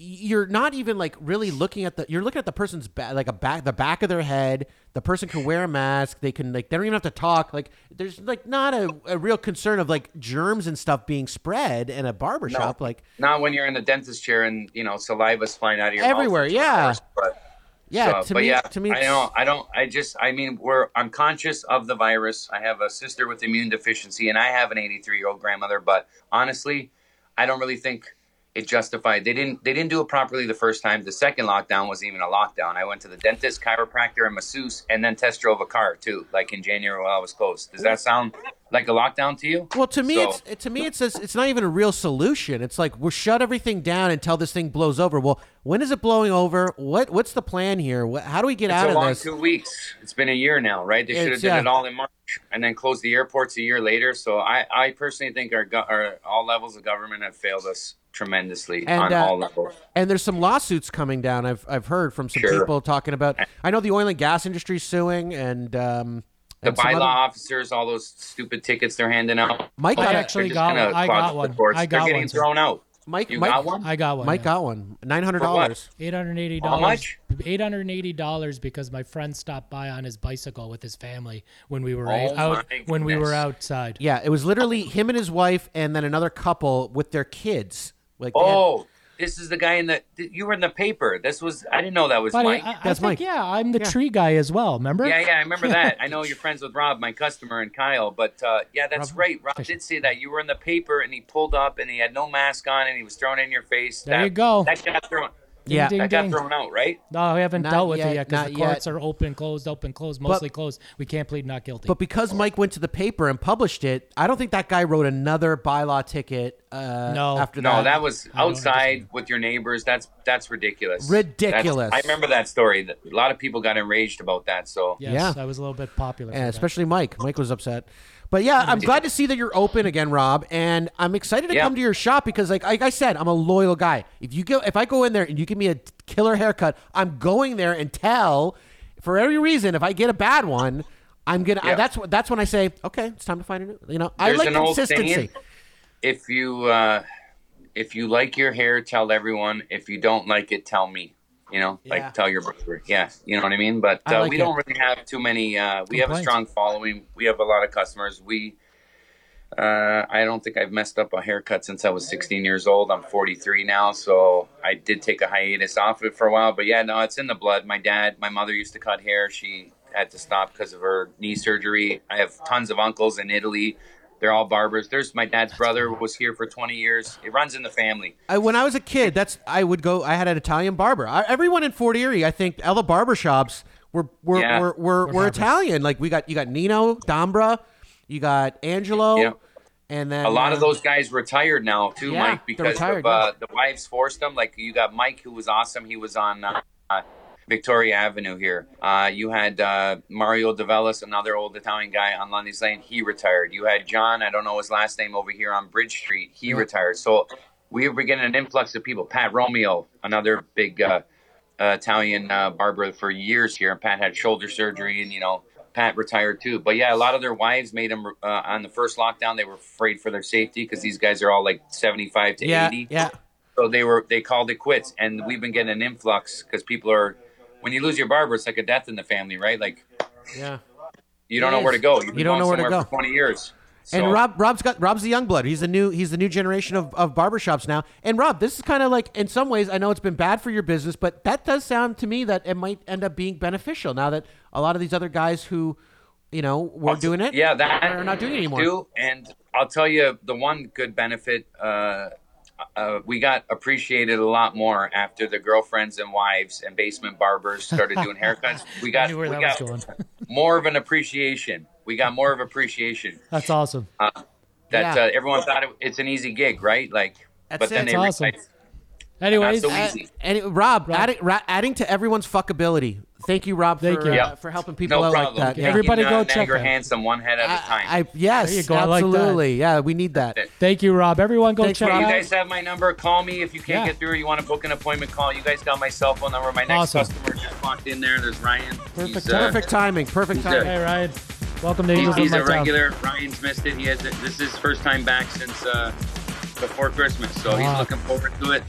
you're not even like really looking at the. You're looking at the person's back, like a back, the back of their head. The person can wear a mask. They can like they don't even have to talk. Like there's like not a, a real concern of like germs and stuff being spread in a barber No. shop. Like not when you're in the dentist chair and, you know, saliva's flying out of your mouth. everywhere, yeah, but- yeah. So, to but me, yeah, to me, I it's- don't, I don't, I just, I mean, we're, I'm conscious of the virus. I have a sister with immune deficiency, and I have an 83 year old grandmother. But honestly, I don't really think it justified. They didn't, they didn't do it properly the first time. The second lockdown was even a lockdown. I went to the dentist, chiropractor, and masseuse, and then test drove a car too, like in January while I was closed. Does that sound like a lockdown to you? Well, to me, So- it's it- to me, it's just- it's not even a real solution. It's like we'll shut everything down until this thing blows over. Well, when is it blowing over? What what's the plan here? What, how do we get it's out a of long this? two weeks. It's been a year now, right? They should It's- have did yeah. it all in March and then closed the airports a year later. So I, I personally think our, go- our all levels of government have failed us tremendously And, on uh, all levels. And there's some lawsuits coming down. I've I've heard from some Sure. people talking about. I know the oil and gas industry's suing, and um, The and some bylaw other- officers, all those stupid tickets they're handing out. Mike They're got just actually gonna got one. I clog got the one. courts. I got they're getting one, sir. thrown out. Mike, you Mike- got one. I got one. Mike uh, got one. Nine hundred dollars. Eight hundred eighty How dollars. much? Eight hundred eighty dollars because my friend stopped by on his bicycle with his family when we were Oh out my when we were goodness. outside. Yeah, it was literally him and his wife, and then another couple with their kids. Like they had- Oh, this is the guy in the. You were in the paper. This was. I didn't know that was Buddy, Mike. I, I think, Yeah, I'm the tree guy as well. Remember? Yeah, yeah, I remember that. I know you're friends with Rob, my customer, and Kyle. But uh, yeah, that's right. Rob did say that you were in the paper, and he pulled up, and he had no mask on, and he was thrown in your face. There that, you go. That got thrown. Ding, Yeah, ding, that ding. got thrown out, right? No, we haven't Not dealt with yet, it yet because the not yet. courts are open, closed, open, closed, But- mostly closed. We can't plead not guilty. But because Mike went to the paper and published it, I don't think that guy wrote another bylaw ticket. Uh, After no, that, that, was outside with your neighbors. That's that's ridiculous. Ridiculous. That's- I remember that story. That- A lot of people got enraged about that. So yes, I was a little bit popular. for Yeah, that. especially Mike. Mike was upset. But yeah, I'm glad to see that you're open again, Rob, and I'm excited to Yeah. come to your shop because, like, like I said, I'm a loyal guy. If you go, if I go in there and you give me a killer haircut, I'm going there and tell, for every reason, if I get a bad one, I'm gonna. Yeah. that's what. That's when I say, okay, it's time to find a new. You know, I There's like an old consistency. saying, if you uh, if you like your hair, tell everyone. If you don't like it, tell me. You know, Yeah. like tell your brother. Yeah, you know what I mean. But I uh, like we it. don't really have too many. Uh, we have a Complaints. strong following. We have a lot of customers. We. Uh, I don't think I've messed up a haircut since I was 16 years old. I'm 43 now, so I did take a hiatus off it for a while. But yeah, no, it's in the blood. My dad, my mother used to cut hair. She had to stop because of her knee surgery. I have tons of uncles in Italy. They're all barbers. There's my dad's brother was here for 20 years. It runs in the family. I, when I was a kid, that's I would go. I had an Italian barber. I, everyone in Fort Erie, I think, all the barber shops were were Yeah. were, were, were Italian. Like we got you got Nino D'Ambra, you got Angelo, Yeah. and then a lot of uh, those guys retired now too, Yeah, they're Mike, because retired, of, uh, the wives forced them. Like you got Mike, who was awesome. He was on uh, uh, Victoria Avenue here. Uh, you had uh, Mario Develis, another old Italian guy on Lundy's Lane. He retired. You had John, I don't know his last name, over here on Bridge Street. He retired. So we were getting an influx of people. Pat Romeo, another big uh, uh, Italian uh, barber for years here. Pat had shoulder surgery, and you know, Pat retired too. But yeah, a lot of their wives made them uh, on the first lockdown. They were afraid for their safety because these guys are all like seventy-five to Yeah, eighty. yeah. So they were they called it quits, and we've been getting an influx because people are. When you lose your barber, it's like a death in the family, right? Like Yeah. you don't It know where is. to go. You've You been don't know going where to somewhere go. for Twenty years. So- And Rob, Rob's got Rob's the young blood. He's the new he's the new generation of, of barbershops now. And Rob, this is kind of like in some ways I know it's been bad for your business, but that does sound to me that it might end up being beneficial now that a lot of these other guys who, you know, were doing it. Yeah, that are not doing it anymore. do, and I'll tell you the one good benefit. Uh, uh, we got appreciated a lot more after the girlfriends and wives and basement barbers started doing haircuts. We got knew we where that got was going. more of an appreciation. We got more of appreciation. That's awesome. Uh, that Yeah. uh, everyone thought it, it's an easy gig, right? Like, That's but then it. they That's awesome. realized- Anyways, Not so easy. And it- Rob, Adding, ra- adding to everyone's fuckability. Thank you, Rob, Thank for, you. uh, Yeah. for helping people no out problem. like that. Keep, Yeah. uh, Niagara handsome one head at a time. I yes, There you go. I like that. absolutely. yeah, we need that. Thank you, Rob. Everyone, go Thanks, check Hey, out. you guys have my number. Call me if you can't Yeah. get through or you want to book an appointment. Call. You guys got my cell phone number. My next Awesome. customer just walked in there. There's Ryan. He's, uh, perfect timing. Perfect he's timing. a- Hey, Ryan. Welcome to He's, Eagles on he's My a Town. regular. Ryan's missed it. He has this is his first time back since uh, before Christmas, so Wow. he's looking forward to it.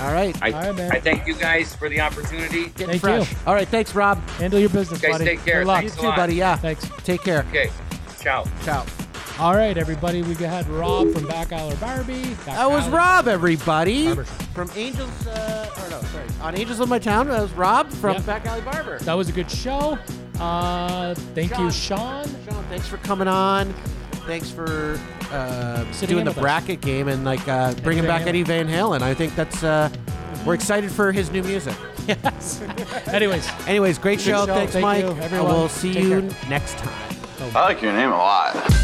All right. I, I thank you guys for the opportunity. Getting fresh. All right, thanks, Rob. Handle your business, You guys buddy. take care. Good luck. You Thanks a too, lot. buddy. Yeah. Thanks. Take care. Okay. Ciao. Ciao. All right, everybody. We had Rob from Back Isler Barbie. Back That was Isler- Rob, everybody. Barbershop. From Angels, uh, or no, sorry, on Angels of My Town. That was Rob from Yep. Back Alley Barber. That was a good show. Uh, thank you, Sean. Sean, thanks for coming on. Thanks for uh, Sitting doing in the with us. bracket game and like uh, bringing Van back Halen. Eddie Van Halen. I think that's uh, we're excited for his new music. Yes. Anyways. Anyways, great Good show. show. Thanks, Thank Mike. you, And everyone. We'll see Take you care. next time. I like your name a lot.